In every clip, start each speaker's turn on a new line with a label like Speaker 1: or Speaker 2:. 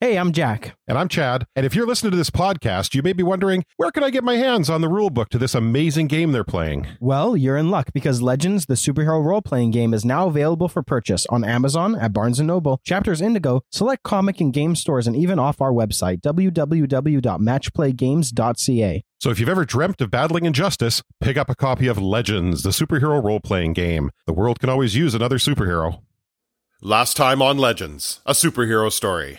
Speaker 1: Hey, I'm Jack.
Speaker 2: And I'm Chad. And if you're listening to this podcast, you may be wondering where can I get my hands on the rulebook to this amazing game they're playing?
Speaker 1: Well, you're in luck because Legends, the superhero role-playing game, is now available for purchase on Amazon, at Barnes & Noble, Chapters Indigo, select comic and game stores, and even off our website, www.matchplaygames.ca.
Speaker 2: So if you've ever dreamt of battling injustice, pick up a copy of Legends, the superhero role playing game. The world can always use another superhero. Last time on Legends, a superhero story.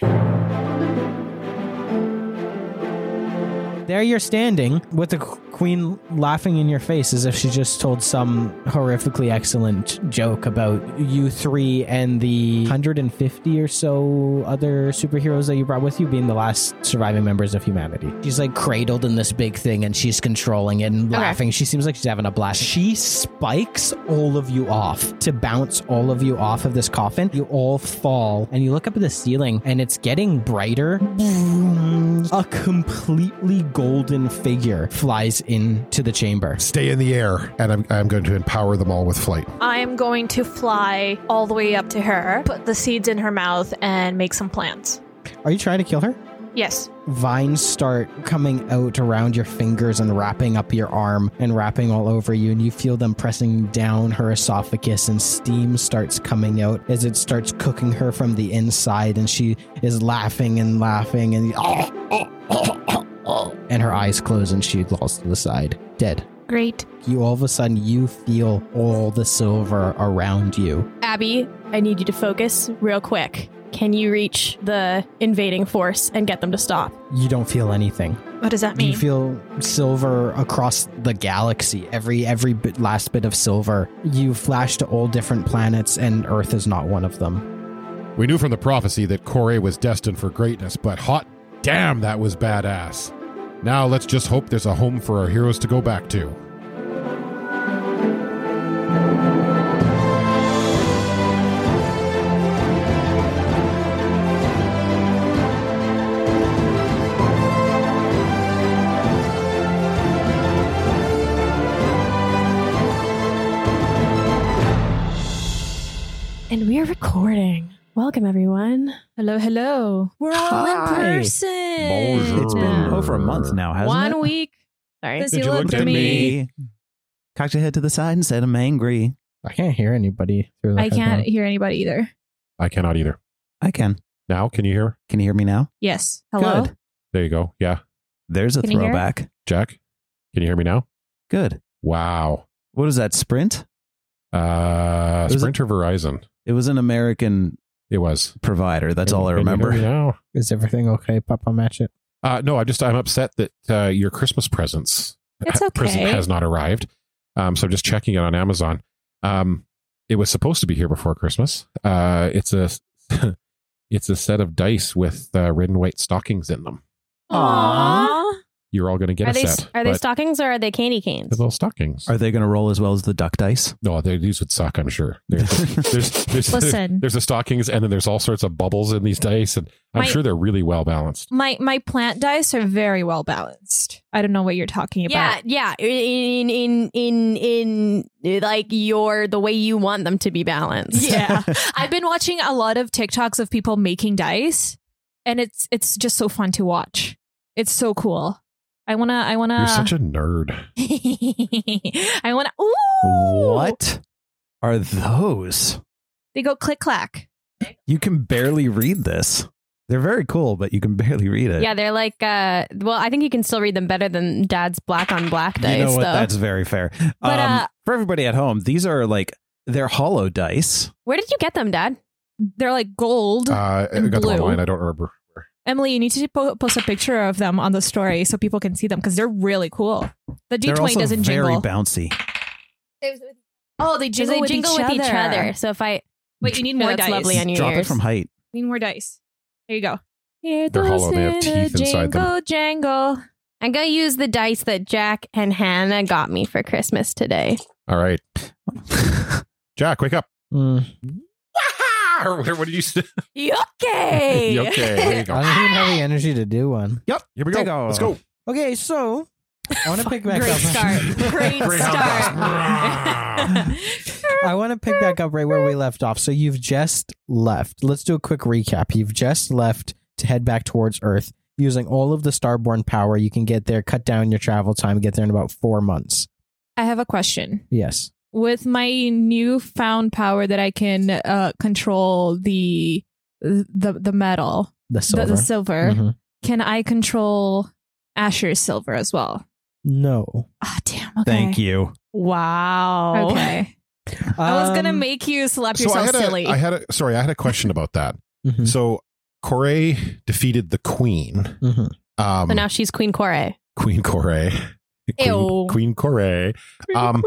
Speaker 1: There you're standing with the qu- queen laughing in your face as if she just told some horrifically excellent joke about you three and the 150 or so other superheroes that you brought with you being the last surviving members of humanity. She's like cradled in this big thing and she's controlling it and
Speaker 3: Okay.
Speaker 1: laughing. She seems like she's having a blast. She spikes all of you off to bounce all of you off of this coffin. You all fall and you look up at the ceiling and it's getting brighter. A completely golden figure flies into the chamber.
Speaker 2: Stay in the air, and I'm, I'm going to empower them all with flight.
Speaker 3: I am going to fly all the way up to her, put the seeds in her mouth, and make some plants.
Speaker 1: Are you trying to kill her?
Speaker 3: Yes.
Speaker 1: Vines start coming out around your fingers and wrapping up your arm and wrapping all over you, and you feel them pressing down her esophagus, and steam starts coming out as it starts cooking her from the inside, and she is laughing and laughing, and and her eyes close, and she lolls to the side, dead.
Speaker 3: Great.
Speaker 1: You all of a sudden you feel all the silver around you.
Speaker 4: Abby, I need you to focus real quick. Can you reach the invading force and get them to stop?
Speaker 1: You don't feel anything.
Speaker 3: What does that
Speaker 1: Do
Speaker 3: mean?
Speaker 1: you feel silver across the galaxy? Every every bit, last bit of silver. You flash to all different planets, and Earth is not one of them.
Speaker 5: We knew from the prophecy that Corey was destined for greatness, but hot damn, that was badass. Now let's just hope there's a home for our heroes to go back to.
Speaker 4: And we're recording. Welcome, everyone.
Speaker 6: Hello, hello.
Speaker 4: We're all
Speaker 1: Hi.
Speaker 4: in person.
Speaker 2: Bonjour.
Speaker 7: It's been over a month now, hasn't
Speaker 6: One
Speaker 7: it?
Speaker 6: week
Speaker 4: Sorry.
Speaker 6: since you looked, at me.
Speaker 7: Cocked your head to the side and said, I'm angry.
Speaker 1: I can't hear anybody through. The
Speaker 6: I can't hear anybody either.
Speaker 2: I cannot either.
Speaker 7: I can.
Speaker 2: Now, can you hear?
Speaker 7: Can you hear me now?
Speaker 6: Yes. Hello.
Speaker 7: Good.
Speaker 2: There you go. Yeah.
Speaker 7: There's a
Speaker 6: Can you hear?
Speaker 7: throwback.
Speaker 2: Jack, can you hear me now?
Speaker 7: Good.
Speaker 2: Wow.
Speaker 7: What is that, Sprint?
Speaker 2: Uh,
Speaker 7: Was it-
Speaker 2: Sprint or Verizon?
Speaker 7: It was an American
Speaker 2: It was.
Speaker 7: provider. That's
Speaker 2: Can-
Speaker 7: all I
Speaker 2: can you hear me
Speaker 7: remember.
Speaker 2: now?
Speaker 1: Is everything okay, Papa Matchet?
Speaker 2: Uh, no, I just I'm upset that uh, your Christmas presents
Speaker 6: It's
Speaker 2: ha- present
Speaker 6: okay.
Speaker 2: has not arrived. Um, so I'm just checking it on Amazon. Um, it was supposed to be here before Christmas. Uh, it's a it's a set of dice with uh, red and white stockings in them.
Speaker 4: Aww.
Speaker 2: You're all going to get
Speaker 4: Are
Speaker 2: a
Speaker 4: they
Speaker 2: set.
Speaker 4: are they
Speaker 2: but
Speaker 4: stockings or are they candy canes?
Speaker 2: they're little stockings?
Speaker 7: Are they going to roll as well as the duck dice?
Speaker 2: no, they, these would suck. I'm sure. They're- There's there's, there's,
Speaker 6: Listen,
Speaker 2: the stockings, and then there's all sorts of bubbles in these dice, and I'm
Speaker 6: My-
Speaker 2: sure they're really well balanced.
Speaker 6: my my plant dice are very well balanced. I don't know what you're talking
Speaker 4: Yeah,
Speaker 6: about.
Speaker 4: yeah. In in in in like your the way you want them to be balanced.
Speaker 6: I've been watching a lot of TikToks of people making dice, and it's it's just so fun to watch. It's so cool. I wanna. I wanna.
Speaker 2: You're such a nerd.
Speaker 6: I wanna. Ooh.
Speaker 7: What are those?
Speaker 6: They go click clack.
Speaker 7: You can barely read this. They're very cool, but you can barely read it.
Speaker 4: Yeah, they're like uh well, I think you can still read them better than dad's black on black dice
Speaker 7: You know what?
Speaker 4: though.
Speaker 7: That's very fair.
Speaker 4: But,
Speaker 7: um,
Speaker 4: uh,
Speaker 7: for everybody at home, these are like they're hollow dice.
Speaker 4: Where did you get them, dad?
Speaker 6: They're like gold.
Speaker 2: Uh, I
Speaker 6: And
Speaker 2: got them
Speaker 6: blue.
Speaker 2: online. I don't remember.
Speaker 6: Emily, you need to po- post a picture of them on the story so people can see them because they're really cool. The
Speaker 7: they're
Speaker 6: D20
Speaker 7: also
Speaker 6: doesn't
Speaker 7: very
Speaker 6: jingle.
Speaker 7: bouncy.
Speaker 4: Oh, they
Speaker 6: jingle with each other.
Speaker 4: So if I
Speaker 6: Wait, you need
Speaker 4: no,
Speaker 6: more
Speaker 4: that's
Speaker 6: dice.
Speaker 4: lovely on your
Speaker 7: Drop
Speaker 4: ears.
Speaker 7: it from height.
Speaker 6: need more dice. There you go. Here
Speaker 2: They're hollow, they have
Speaker 6: goes
Speaker 2: teeth
Speaker 6: the
Speaker 2: inside them.
Speaker 6: Jangle, jangle.
Speaker 4: I'm gonna use the dice that Jack and Hannah got me for Christmas today.
Speaker 2: All right, Jack, wake up.
Speaker 1: Mm.
Speaker 2: Or what what did you say?
Speaker 4: Okay.
Speaker 2: You okay, there you
Speaker 1: I
Speaker 2: go.
Speaker 1: don't even have the energy to do one.
Speaker 2: Yep, here we go.
Speaker 7: Take off.
Speaker 2: Let's go.
Speaker 1: Okay, so I want to pick back
Speaker 4: Great
Speaker 1: up.
Speaker 4: start. Great
Speaker 2: Greyhound
Speaker 4: start.
Speaker 1: I want to pick back up right where we left off. So you've just left. Let's do a quick recap. You've just left to head back towards Earth. Using all of the starborn power, you can get there, cut down your travel time, get there in about four months.
Speaker 6: I have a question.
Speaker 1: Yes.
Speaker 6: With my newfound power that I can uh, control the the the metal,
Speaker 1: The silver.
Speaker 6: The, the silver,
Speaker 1: Mhm.
Speaker 6: can I control Asher's silver as well?
Speaker 1: No.
Speaker 6: Ah, damn. Okay.
Speaker 7: Thank you.
Speaker 4: Wow.
Speaker 6: Okay. I was gonna
Speaker 1: Um,
Speaker 6: make you slap
Speaker 2: I
Speaker 6: yourself
Speaker 2: had
Speaker 6: silly.
Speaker 2: a, I had a, sorry, I had a question about that.
Speaker 1: mhm,
Speaker 2: So Corey defeated the queen.
Speaker 1: mhm.
Speaker 2: Um,
Speaker 4: So now she's Queen Kore.
Speaker 2: Queen Corey.
Speaker 6: Ew.
Speaker 2: Queen, Queen Corey. Um,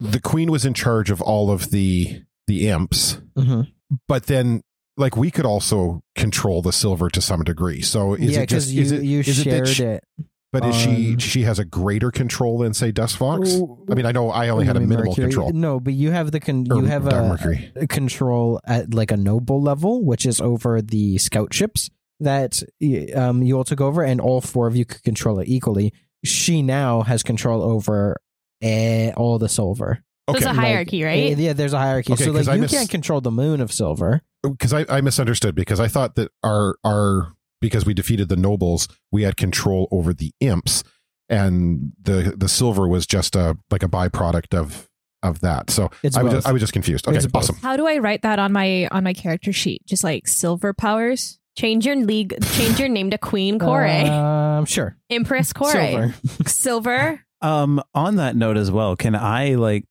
Speaker 2: The queen was in charge of all of the the imps,
Speaker 1: Mhm.
Speaker 2: but then like we could also control the silver to some degree. So is
Speaker 1: yeah,
Speaker 2: it just
Speaker 1: because you,
Speaker 2: is it
Speaker 1: you
Speaker 2: is it that
Speaker 1: shared it.
Speaker 2: she- But is she
Speaker 1: on-
Speaker 2: she has a greater control than say Dust Fox?
Speaker 1: Oh,
Speaker 2: I mean, I know I only had a
Speaker 1: Mercury-
Speaker 2: minimal control.
Speaker 1: No, but you have the con-
Speaker 2: Or
Speaker 1: you have
Speaker 2: Dark
Speaker 1: a,
Speaker 2: Mercury.
Speaker 1: control at like a noble level, which is over the scout ships that y- um, you all took over, and all four of you could control it equally. She now has control over eh, all the silver.
Speaker 4: So it's a
Speaker 2: Okay,
Speaker 4: hierarchy,
Speaker 1: Eh,
Speaker 4: right?
Speaker 1: Yeah, there's a hierarchy.
Speaker 2: Okay,
Speaker 1: so
Speaker 2: 'cause
Speaker 1: like
Speaker 2: I
Speaker 1: you
Speaker 2: miss-
Speaker 1: can't control the moon of silver.
Speaker 2: because I, I misunderstood because I thought that our our because we defeated the nobles, we had control over the imps, and the the silver was just a like a byproduct of of that. So
Speaker 1: It's
Speaker 2: I was
Speaker 1: both.
Speaker 2: just, I was just confused. Okay,
Speaker 1: It's both.
Speaker 2: awesome.
Speaker 6: How do I write that on my on my character sheet? Just like silver powers.
Speaker 4: Change your league. Change your name to Queen Kore.
Speaker 1: Um, sure.
Speaker 4: Empress Kore.
Speaker 1: Silver.
Speaker 6: Silver.
Speaker 7: Um, on that note as well, can I like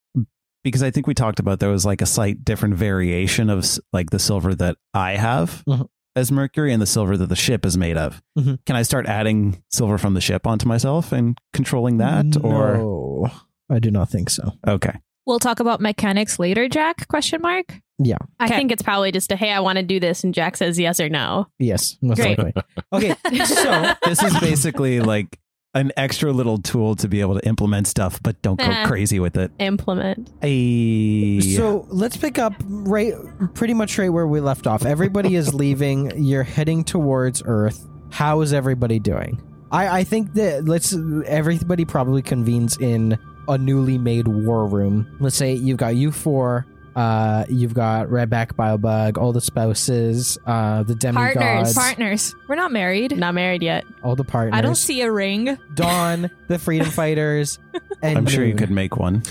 Speaker 7: because I think we talked about there was like a slight different variation of s- like the silver that I have
Speaker 1: Mhm.
Speaker 7: as Mercury and the silver that the ship is made of.
Speaker 1: Mhm.
Speaker 7: Can I start adding silver from the ship onto myself and controlling that? Or
Speaker 1: Mm, no, I do not think so.
Speaker 7: okay,
Speaker 6: We'll talk about mechanics later, Jack? Question mark.
Speaker 4: I
Speaker 6: Okay.
Speaker 4: think it's probably just a hey, I want to do this, and Jack says yes or no.
Speaker 1: Yes, most
Speaker 4: Great.
Speaker 1: likely. Okay, so
Speaker 7: this is basically like an extra little tool to be able to implement stuff, but don't go
Speaker 4: Uh-huh.
Speaker 7: crazy with it.
Speaker 4: Implement.
Speaker 7: Ay.
Speaker 1: So let's pick up right, pretty much right where we left off. Everybody is leaving. You're heading towards Earth. How is everybody doing? I, I think that let's everybody probably convenes in a newly made war room. Let's say you've got you four, uh, you've got Redback, Biobug, all the spouses, uh, the demigods,
Speaker 4: Partners.
Speaker 6: Partners. We're not married.
Speaker 4: Not married yet.
Speaker 1: all the partners.
Speaker 6: I don't see a ring.
Speaker 1: Dawn, the freedom fighters, and
Speaker 7: I'm sure you
Speaker 1: Moon.
Speaker 7: could make one.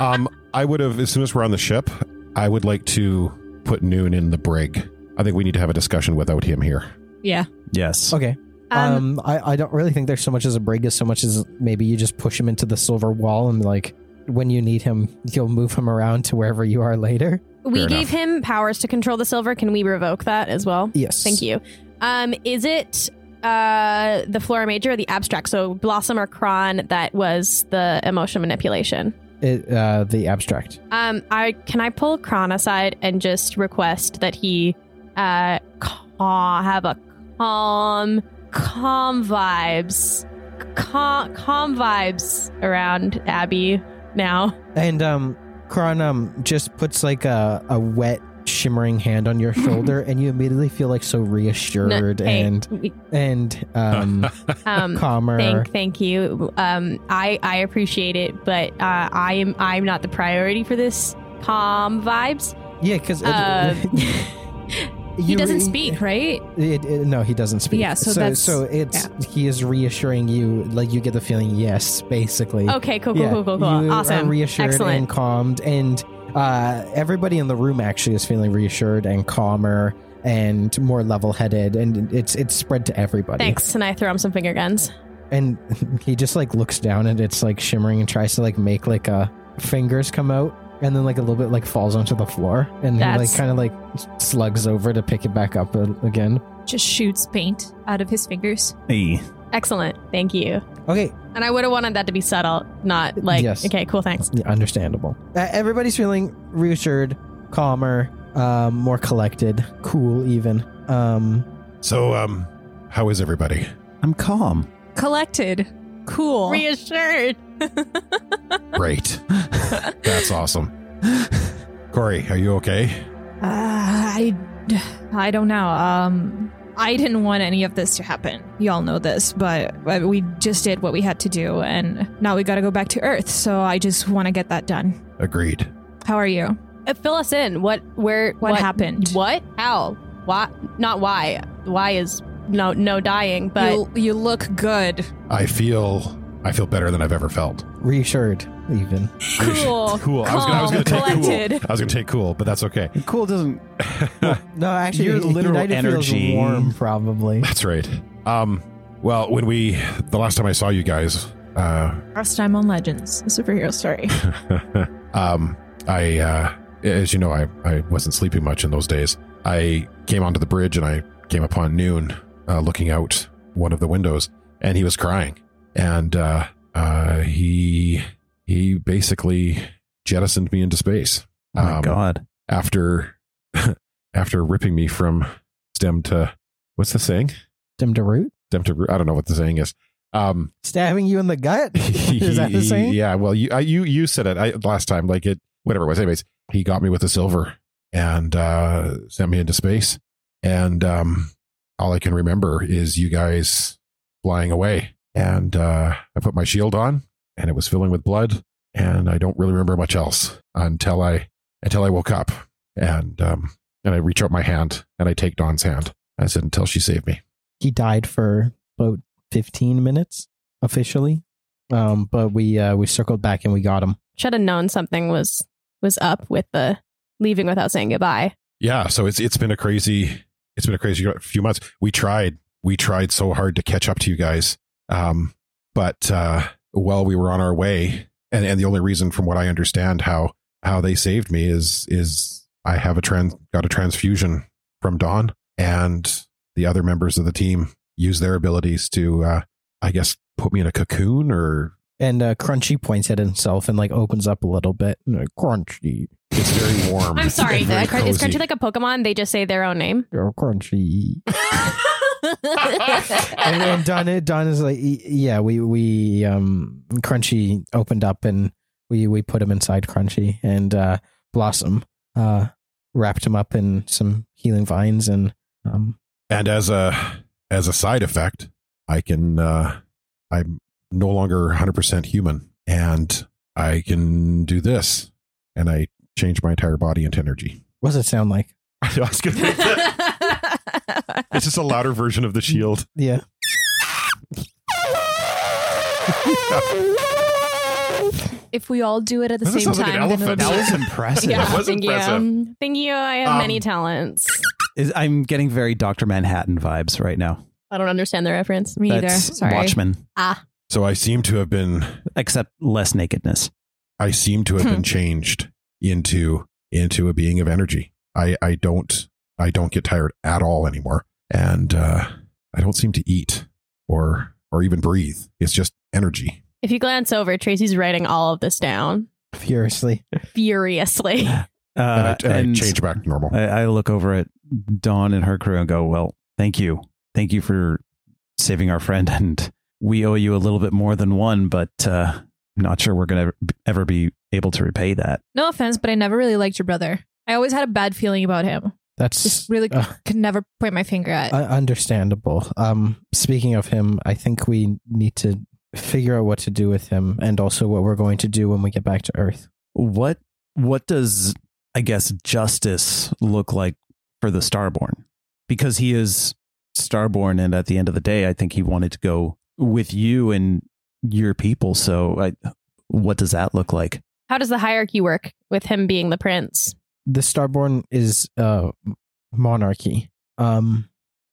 Speaker 2: Um, I would have as soon as we're on the ship, I would like to put Noon in the brig. I think we need to have a discussion without him here.
Speaker 7: Yes.
Speaker 1: Okay. Um, I, I don't really think there's so much as a break as so much as maybe you just push him into the silver wall and like when you need him, you'll move him around to wherever you are later.
Speaker 4: We
Speaker 2: Fair
Speaker 4: gave him powers to control the silver. Can we revoke that as well?
Speaker 1: Yes.
Speaker 4: Thank you. Um, is it uh, the Flora Major or the abstract? So Blossom or Kron that was the emotion manipulation.
Speaker 1: It, uh, the abstract.
Speaker 4: Um, I can I pull Kron aside and just request that he uh, ca- have a calm, calm vibes, calm, calm vibes around Abby now.
Speaker 1: And um, Kron um, just puts like a, a wet, shimmering hand on your shoulder, and you immediately feel like so reassured
Speaker 4: No, hey,
Speaker 1: and
Speaker 4: we-
Speaker 1: and um,
Speaker 4: um,
Speaker 1: calmer.
Speaker 4: Thank, thank you. Um, I I appreciate it, but uh, I am I'm not the priority for this calm vibes.
Speaker 1: yeah, because
Speaker 4: Uh,
Speaker 6: He doesn't speak, right?
Speaker 1: It, it- no, he doesn't speak.
Speaker 6: Yeah, so
Speaker 1: so,
Speaker 6: that's-
Speaker 1: so it's he is reassuring you, like you get the feeling, yes, basically.
Speaker 4: okay, Oh, cool, cool,
Speaker 1: Yeah,
Speaker 4: cool, cool, cool.
Speaker 1: You
Speaker 4: awesome,
Speaker 1: are reassured
Speaker 4: excellent.
Speaker 1: and calmed, and uh, everybody in the room actually is feeling reassured and calmer and more level-headed, and it's it's spread to everybody.
Speaker 4: Thanks, and I throw him some finger guns.
Speaker 1: And he just like looks down and it's like shimmering and tries to like make like a fingers come out, and then like a little bit like falls onto the floor, and he like
Speaker 4: That's-
Speaker 1: kind of like slugs over to pick it back up a- again.
Speaker 6: Just shoots paint out of his fingers.
Speaker 7: Ay.
Speaker 4: Excellent, thank you.
Speaker 1: Okay,
Speaker 4: And I would have wanted that to be subtle, not like
Speaker 1: Yes.
Speaker 4: okay, cool, thanks.
Speaker 1: Yeah, understandable. Uh, everybody's feeling reassured, calmer, um, more collected, cool, even. Um,
Speaker 2: So um, how is everybody?
Speaker 7: I'm calm.
Speaker 6: Collected. Cool.
Speaker 4: Reassured.
Speaker 2: Great. That's awesome. Corey, are you okay?
Speaker 6: Uh, I, I don't know. Um, I didn't want any of this to happen. Y'all know this, but but we just did what we had to do, and now we got to go back to Earth. So I just want to get that done.
Speaker 2: Agreed.
Speaker 6: How are you?
Speaker 4: Uh, fill us in. What? Where?
Speaker 6: What, happened?
Speaker 4: What? How? Why? Not why. Why is no no dying, but
Speaker 6: you, you look good.
Speaker 2: I feel I feel better than I've ever felt.
Speaker 1: Reassured, even.
Speaker 4: cool.
Speaker 2: Cool. I was gonna, I was gonna take
Speaker 4: Calm,
Speaker 2: cool.
Speaker 4: collected.
Speaker 2: I was gonna take cool, but that's okay.
Speaker 7: Cool doesn't. Oh
Speaker 1: No, actually,
Speaker 7: Your
Speaker 1: it-
Speaker 7: literal
Speaker 1: United
Speaker 7: energy.
Speaker 1: feels warm, probably.
Speaker 2: That's right. Um, well, when we the last time I saw you guys, uh,
Speaker 6: First time on Legends, a superhero story.
Speaker 2: um, I uh, as you know, I I wasn't sleeping much in those days. I came onto the bridge and I came upon Noon uh, looking out one of the windows, and he was crying, and uh, uh, he he basically jettisoned me into space.
Speaker 7: Oh my
Speaker 2: Um,
Speaker 7: god.
Speaker 2: after after ripping me from stem to what's the saying
Speaker 1: Stem to root?
Speaker 2: stem to root- I don't know what the saying is. Um,
Speaker 1: Stabbing you in the gut? Is that the saying?
Speaker 2: Yeah. Well, you I, you you said it I, last time. Like it, whatever it was. Anyways, he got me with the silver and uh, sent me into space. And um, all I can remember is you guys flying away. And uh, I put my shield on, and it was filling with blood. And I don't really remember much else until I until I woke up, and um, and I reach out my hand and I take Dawn's hand. I said until she saved me.
Speaker 1: He died for about 15 minutes, officially. Um, but we uh, we circled back and we got him.
Speaker 4: should have known something was was up with the leaving without saying goodbye.
Speaker 2: yeah so it's it's been a crazy it's been a crazy few months we tried we tried so hard to catch up to you guys um but uh while we were on our way and and the only reason from what i understand how how they saved me is is i have a trans got a transfusion from dawn and the other members of the team use their abilities to uh i guess put me in a cocoon or
Speaker 1: And uh, Crunchy points at himself and like opens up a little bit. And, uh, Crunchy,
Speaker 2: it's very warm
Speaker 4: I'm sorry.
Speaker 2: and very
Speaker 4: Is Crunchy
Speaker 2: cozy.
Speaker 4: like a Pokemon? They just say their own name.
Speaker 1: oh, Crunchy. and, and Don, Don is like, "Y- yeah, we we um, Crunchy opened up and we we put him inside Crunchy and uh, Blossom uh, wrapped him up in some healing vines and um,
Speaker 2: and as a as a side effect i can uh i'm no longer 100% human and i can do this and i change my entire body into energy
Speaker 1: what does it sound like?
Speaker 2: it's just a louder version of the shield
Speaker 1: Yeah,
Speaker 3: If we all do it at the
Speaker 2: That
Speaker 3: same
Speaker 2: sounds like an
Speaker 3: time, then it'll
Speaker 2: elephant.
Speaker 3: be-
Speaker 7: That was impressive.
Speaker 2: Yeah. was
Speaker 4: thank
Speaker 2: impressive.
Speaker 4: you. Thank you. I have
Speaker 2: Um,
Speaker 4: many talents.
Speaker 7: Is, I'm getting very Doctor Manhattan vibes right now.
Speaker 4: I don't understand the reference.
Speaker 6: Me either.
Speaker 7: That's
Speaker 6: Sorry.
Speaker 7: Watchmen,
Speaker 2: so i seem to have been
Speaker 7: except less nakedness.
Speaker 2: i seem to have been changed into into a being of energy i i don't i don't get tired at all anymore and uh i don't seem to eat or or even breathe it's just energy
Speaker 4: If you glance over, Tracy's writing all of this down
Speaker 1: furiously.
Speaker 4: furiously.
Speaker 2: and, I,
Speaker 7: Uh,
Speaker 2: and,
Speaker 7: and
Speaker 2: I change back to normal.
Speaker 7: I, I look over at Dawn and her crew and go, "Well, thank you, thank you for saving our friend, and we owe you a little bit more than one, but uh, not sure we're gonna ever be able to repay that."
Speaker 6: No offense, but I never really liked your brother. I always had a bad feeling about him.
Speaker 1: That's
Speaker 6: Just really
Speaker 1: uh,
Speaker 6: could never point my finger at.
Speaker 1: Uh, understandable. Um, speaking of him, I think we need to figure out what to do with him and also what we're going to do when we get back to Earth.
Speaker 7: What what does I guess justice look like for the Starborn? Because he is Starborn, and at the end of the day, I think he wanted to go with you and your people. So, I, what does that look like?
Speaker 4: How does the hierarchy work with him being the prince?
Speaker 1: The Starborn is uh monarchy. Um,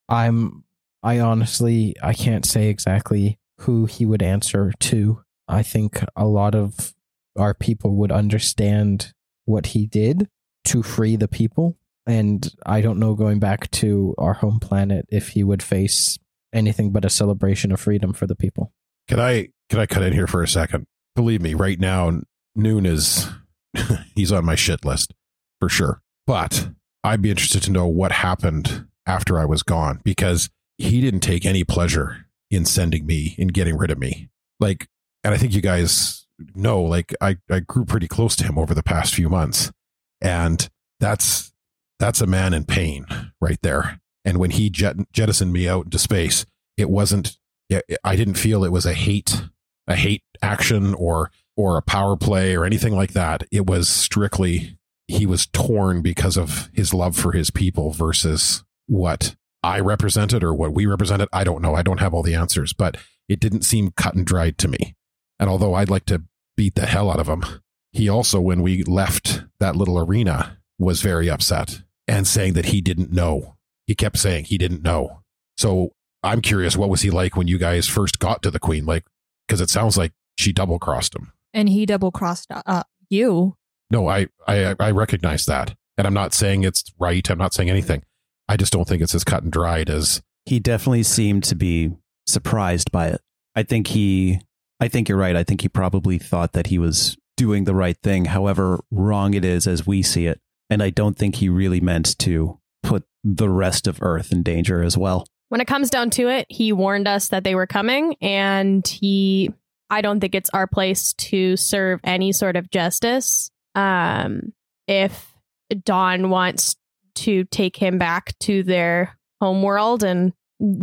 Speaker 1: I'm I honestly I can't say exactly who he would answer to. I think a lot of our people would understand what he did to free the people. And I don't know going back to our home planet if he would face anything but a celebration of freedom for the people.
Speaker 2: Can I can I cut in here for a second? Believe me, right now Noon is he's on my shit list for sure. But I'd be interested to know what happened after I was gone because he didn't take any pleasure in sending me in getting rid of me. Like and I think you guys know like I I grew pretty close to him over the past few months. And that's that's a man in pain right there. And when he jet, jettisoned me out into space, it wasn't yeah, I didn't feel it was a hate a hate action or or a power play or anything like that. It was strictly he was torn because of his love for his people versus what I represented or what we represented. I don't know. I don't have all the answers, but it didn't seem cut and dried to me. And although I'd like to beat the hell out of him, he also, when we left that little arena, was very upset and saying that he didn't know. He kept saying he didn't know. So I'm curious, what was he like when you guys first got to the Queen? Like, because it sounds like she double crossed him.
Speaker 6: and he double crossed uh, you.
Speaker 2: No, I, I I recognize that, and I'm not saying it's right. I'm not saying anything. I just don't think it's as cut and dried as
Speaker 7: He definitely seemed to be surprised by it. I think he, I think you're right. I think he probably thought that he was doing the right thing, however wrong it is as we see it. And I don't think he really meant to put the rest of Earth in danger as well.
Speaker 4: When it comes down to it, he warned us that they were coming, and he. I don't think it's our place to serve any sort of justice. Um, if Dawn wants to take him back to their homeworld and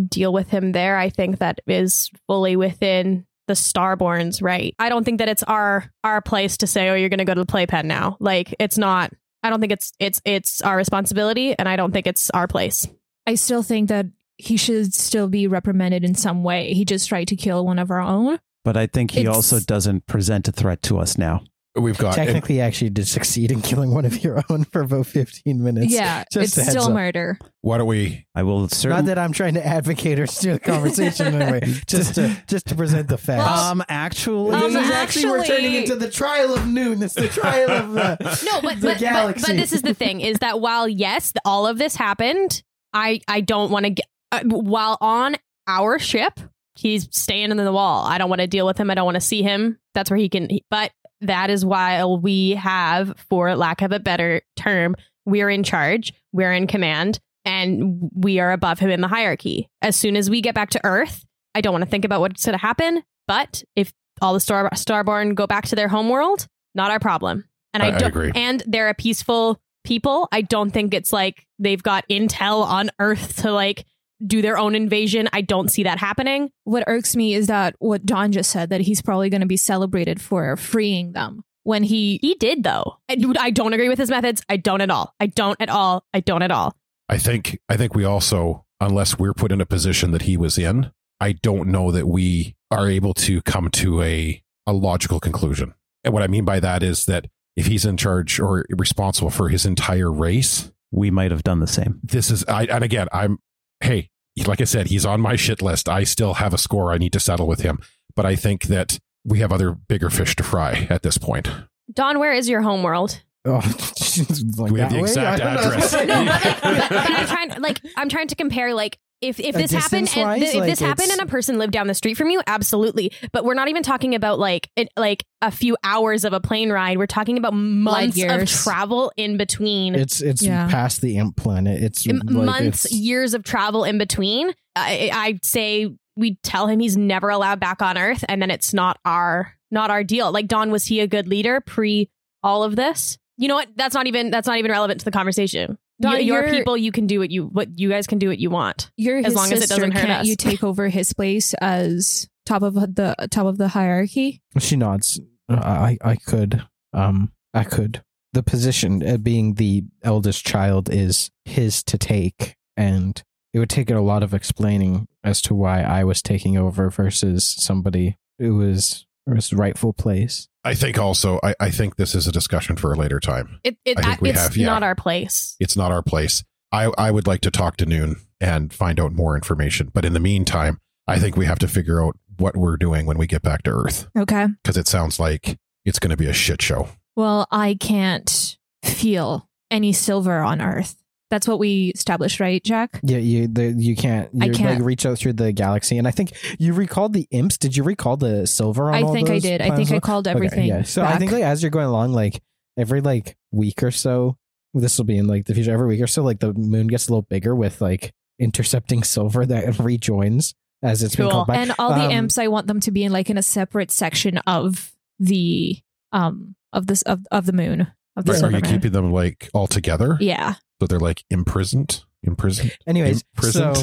Speaker 4: deal with him there, I think that is fully within the Starborn's right. I don't think that it's our our place to say, "Oh, you're going to go to the playpen now." Like it's not. I don't think it's it's it's our responsibility, and I don't think it's our place.
Speaker 6: I still think that he should still be reprimanded in some way. He just tried to kill one of our own.
Speaker 7: But I think he
Speaker 6: It's-
Speaker 7: also doesn't present a threat to us now.
Speaker 2: we've got.
Speaker 1: Technically, you actually did succeed in killing one of your own for about 15 minutes.
Speaker 6: yeah,
Speaker 1: just a
Speaker 6: it's
Speaker 1: heads
Speaker 6: still
Speaker 1: up.
Speaker 6: murder.
Speaker 2: why don't we?
Speaker 7: I will
Speaker 1: Not
Speaker 7: certainly.
Speaker 1: that I'm trying to advocate or steer the conversation in any way, just to just to present the facts.
Speaker 7: um, actually,
Speaker 1: this is
Speaker 3: Um,
Speaker 1: actually, we're turning
Speaker 3: actually-
Speaker 1: into the trial of noon. It's the trial of uh, the
Speaker 4: no,
Speaker 1: the
Speaker 4: but but, but
Speaker 1: galaxy.
Speaker 4: but this is the thing: is that while yes, th- all of this happened, I I don't want to get uh, while on our ship, he's staying in the wall. I don't want to deal with him. I don't want to see him. That's where he can. he- But that is why we have, for lack of a better term, we're in charge. We're in command. And we are above him in the hierarchy. As soon as we get back to Earth, I don't want to think about what's going to happen. But if all the Star- Starborn go back to their homeworld, not our problem. And I,
Speaker 2: I- I
Speaker 4: don't,
Speaker 2: agree.
Speaker 4: And they're a peaceful people. I don't think it's like they've got intel on Earth to like do their own invasion. I don't see that happening.
Speaker 6: What irks me is that what Don just said that he's probably going to be celebrated for freeing them when he
Speaker 4: He did though. I, I don't agree with his methods. I don't at all. I don't at all. I don't at all.
Speaker 2: I think I think we also, unless we're put in a position that he was in, I don't know that we are able to come to a a logical conclusion. And what I mean by that is that if he's in charge or responsible for his entire race,
Speaker 7: we might have done the same.
Speaker 2: this is I and again I'm hey like I said he's on my shit list I still have a score I need to settle with him but I think that we have other bigger fish to fry at this point
Speaker 4: Don, where is your homeworld?
Speaker 1: Oh, it's like
Speaker 2: we have
Speaker 1: that
Speaker 2: the
Speaker 1: way?
Speaker 2: exact
Speaker 1: I don't know.
Speaker 2: address
Speaker 4: No, but, but- but I'm trying like I'm trying to compare like if, if
Speaker 1: Uh,
Speaker 4: this happened and
Speaker 1: distance-wise,
Speaker 4: if this
Speaker 1: like,
Speaker 4: happened
Speaker 1: it's-
Speaker 4: and a person lived down the street from you, absolutely. But we're not even talking about like it, like a few hours of a plane ride. We're talking about months of
Speaker 6: years.
Speaker 4: travel in between.
Speaker 1: It's it's
Speaker 6: Yeah.
Speaker 1: past the imp planet. It's
Speaker 4: M-
Speaker 1: like
Speaker 4: months,
Speaker 1: it's-
Speaker 4: years of travel in between. I, I'd say we tell him he's never allowed back on Earth, and then it's not our not our deal. Like Don, was he a good leader pre all of this? You know what? That's not even that's not even relevant to the conversation.
Speaker 6: Don,
Speaker 4: Y- your
Speaker 6: you're-
Speaker 4: people, you can do what you what you guys can do what you want.
Speaker 6: You're
Speaker 4: As
Speaker 6: his
Speaker 4: long as it
Speaker 6: sister.
Speaker 4: doesn't hurt
Speaker 6: Can't
Speaker 4: us.
Speaker 6: you take over his place as top of the top of the hierarchy?
Speaker 1: She nods. Uh, I I I could. Um, I could. The position uh, being the eldest child is his to take, and it would take it a lot of explaining as to why I was taking over versus somebody who was was rightful place.
Speaker 2: I think also I, I think this is a discussion for a later time
Speaker 4: It, it
Speaker 2: I think we
Speaker 4: it's
Speaker 2: have, yeah.
Speaker 4: not our place.
Speaker 2: it's not our place I, I would like to talk to Noon and find out more information but in the meantime I think we have to figure out what we're doing when we get back to Earth
Speaker 6: Okay.
Speaker 2: because it sounds like it's going to be a shit show
Speaker 6: Well, I can't feel any silver on Earth. That's what we established, right, Jack?
Speaker 1: Yeah, you the, you can't
Speaker 6: I
Speaker 1: you like
Speaker 6: can't.
Speaker 1: reach out through the galaxy, and I think you recalled the imps. Did you recall the silver? On
Speaker 6: I
Speaker 1: all
Speaker 6: think I
Speaker 1: those
Speaker 6: did. I
Speaker 1: planets
Speaker 6: think
Speaker 1: as
Speaker 6: I
Speaker 1: well?
Speaker 6: called
Speaker 1: Okay,
Speaker 6: everything.
Speaker 1: yeah. So I
Speaker 6: back.
Speaker 1: think like as you're going along, like every like week or so, this will be in like the future. Every week or so, like the moon gets a little bigger with like intercepting silver that rejoins as it's being
Speaker 4: Cool.
Speaker 1: called back.
Speaker 6: and all the
Speaker 1: um,
Speaker 6: imps, I want them to be in like in a separate section of the um of this of, of the moon. Of the
Speaker 2: Right, are you
Speaker 6: silver moon.
Speaker 2: keeping them like all together
Speaker 6: Yeah,
Speaker 2: so they're like imprisoned imprisoned
Speaker 1: Anyways,
Speaker 2: imprisoned?
Speaker 1: so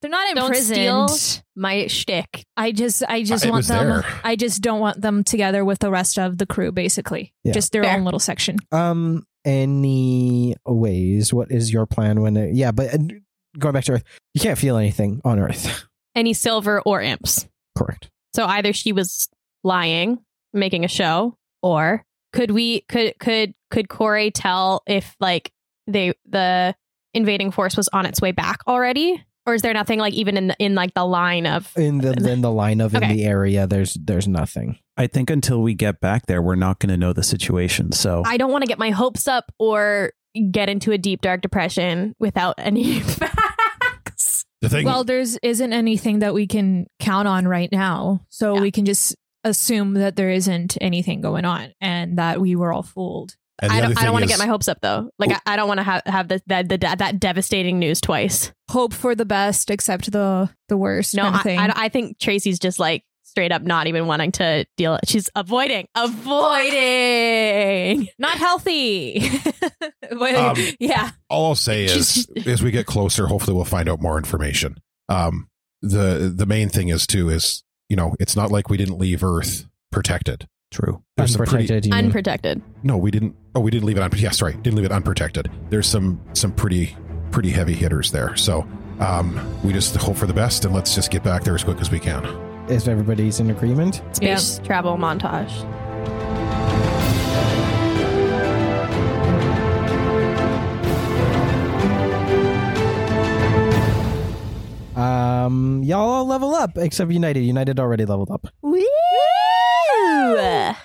Speaker 6: they're not
Speaker 4: Don't
Speaker 6: imprisoned.
Speaker 4: steal my shtick.
Speaker 6: I just, I just
Speaker 2: I- it
Speaker 6: want
Speaker 2: was
Speaker 6: them.
Speaker 2: there.
Speaker 6: I just don't want them together with the rest of the crew, basically.
Speaker 1: Yeah.
Speaker 6: Just their
Speaker 4: Fair.
Speaker 6: own little section.
Speaker 1: um, anyways, what is your plan when? It, yeah, but uh, going back to Earth, you can't feel anything on Earth.
Speaker 4: Any silver or imps.
Speaker 1: Correct.
Speaker 4: So either she was lying, making a show, or could we could could could Corey tell if like they the invading force was on its way back already? Or is there nothing like even in the, in like the line of
Speaker 1: In the in the line of in
Speaker 4: Okay.
Speaker 1: the area, there's there's nothing.
Speaker 7: I think until we get back there, we're not going to know the situation. So
Speaker 4: I don't want to get my hopes up or get into a deep dark depression without any facts.
Speaker 5: The thing
Speaker 6: Well, there's isn't anything that we can count on right now, so
Speaker 4: Yeah.
Speaker 6: we can just assume that there isn't anything going on and that we were all fooled.
Speaker 5: and the
Speaker 4: I
Speaker 5: other
Speaker 4: don't, I
Speaker 5: thing
Speaker 4: don't want to
Speaker 5: is-
Speaker 4: get my hopes up though. Like I, I don't want to have have the, that the, that devastating news twice.
Speaker 6: Hope for the best, accept the the worst.
Speaker 4: No,
Speaker 6: kind of
Speaker 4: I,
Speaker 6: thing.
Speaker 4: I, I think Tracy's just like straight up not even wanting to deal. She's avoiding, avoiding.
Speaker 6: not healthy. But-
Speaker 5: Um,
Speaker 6: yeah,
Speaker 5: all I'll say is as we get closer, hopefully we'll find out more information. Um, the the main thing is too is you know it's not like we didn't leave Earth protected.
Speaker 7: true.
Speaker 5: There's some pretty-
Speaker 1: Unprotected. you mean.
Speaker 4: Unprotected.
Speaker 5: no, we didn't. Oh, we didn't leave it on. Yeah, sorry, didn't leave it unprotected. There's some some pretty pretty heavy hitters there. So um, we just hope for the best and let's just get back there as quick as we can.
Speaker 1: if everybody's in agreement.
Speaker 4: Space travel montage.
Speaker 1: Um, y'all all level up except United. United already leveled up.
Speaker 4: Woo!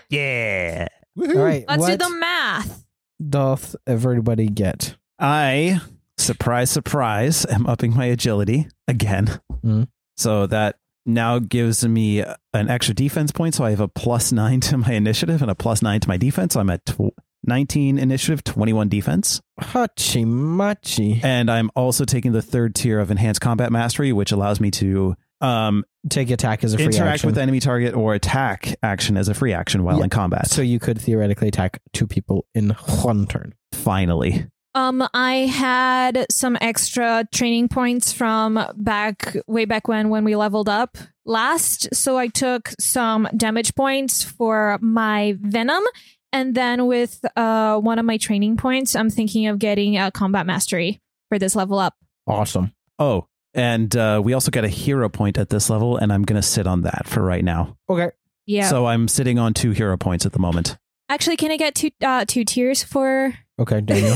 Speaker 7: Yeah.
Speaker 1: All right,
Speaker 6: let's
Speaker 1: what
Speaker 6: do the math.
Speaker 1: doth everybody get?
Speaker 7: I, surprise, surprise, am upping my agility again.
Speaker 1: Mm.
Speaker 7: So that now gives me an extra defense point. So I have a plus nine to my initiative and a plus nine to my defense. So I'm at tw- 19 initiative, 21 defense.
Speaker 1: Hachi machi.
Speaker 7: And I'm also taking the third tier of enhanced combat mastery, which allows me to um,
Speaker 1: Take attack as a free
Speaker 7: interact
Speaker 1: action.
Speaker 7: with enemy target or attack action as a free action while
Speaker 1: Yeah.
Speaker 7: in combat.
Speaker 1: So you could theoretically attack two people in one turn.
Speaker 7: finally,
Speaker 6: Um, I had some extra training points from back way back when when we leveled up last, so I took some damage points for my venom, and then with uh one of my training points, I'm thinking of getting a combat mastery for this level up.
Speaker 1: Awesome.
Speaker 7: oh, and uh, we also got a hero point at this level, and I'm going to sit on that for right now.
Speaker 1: Okay.
Speaker 6: Yeah,
Speaker 7: So I'm sitting on two hero points at the moment.
Speaker 6: actually, can I get two uh two tiers for?
Speaker 1: Okay, Daniel.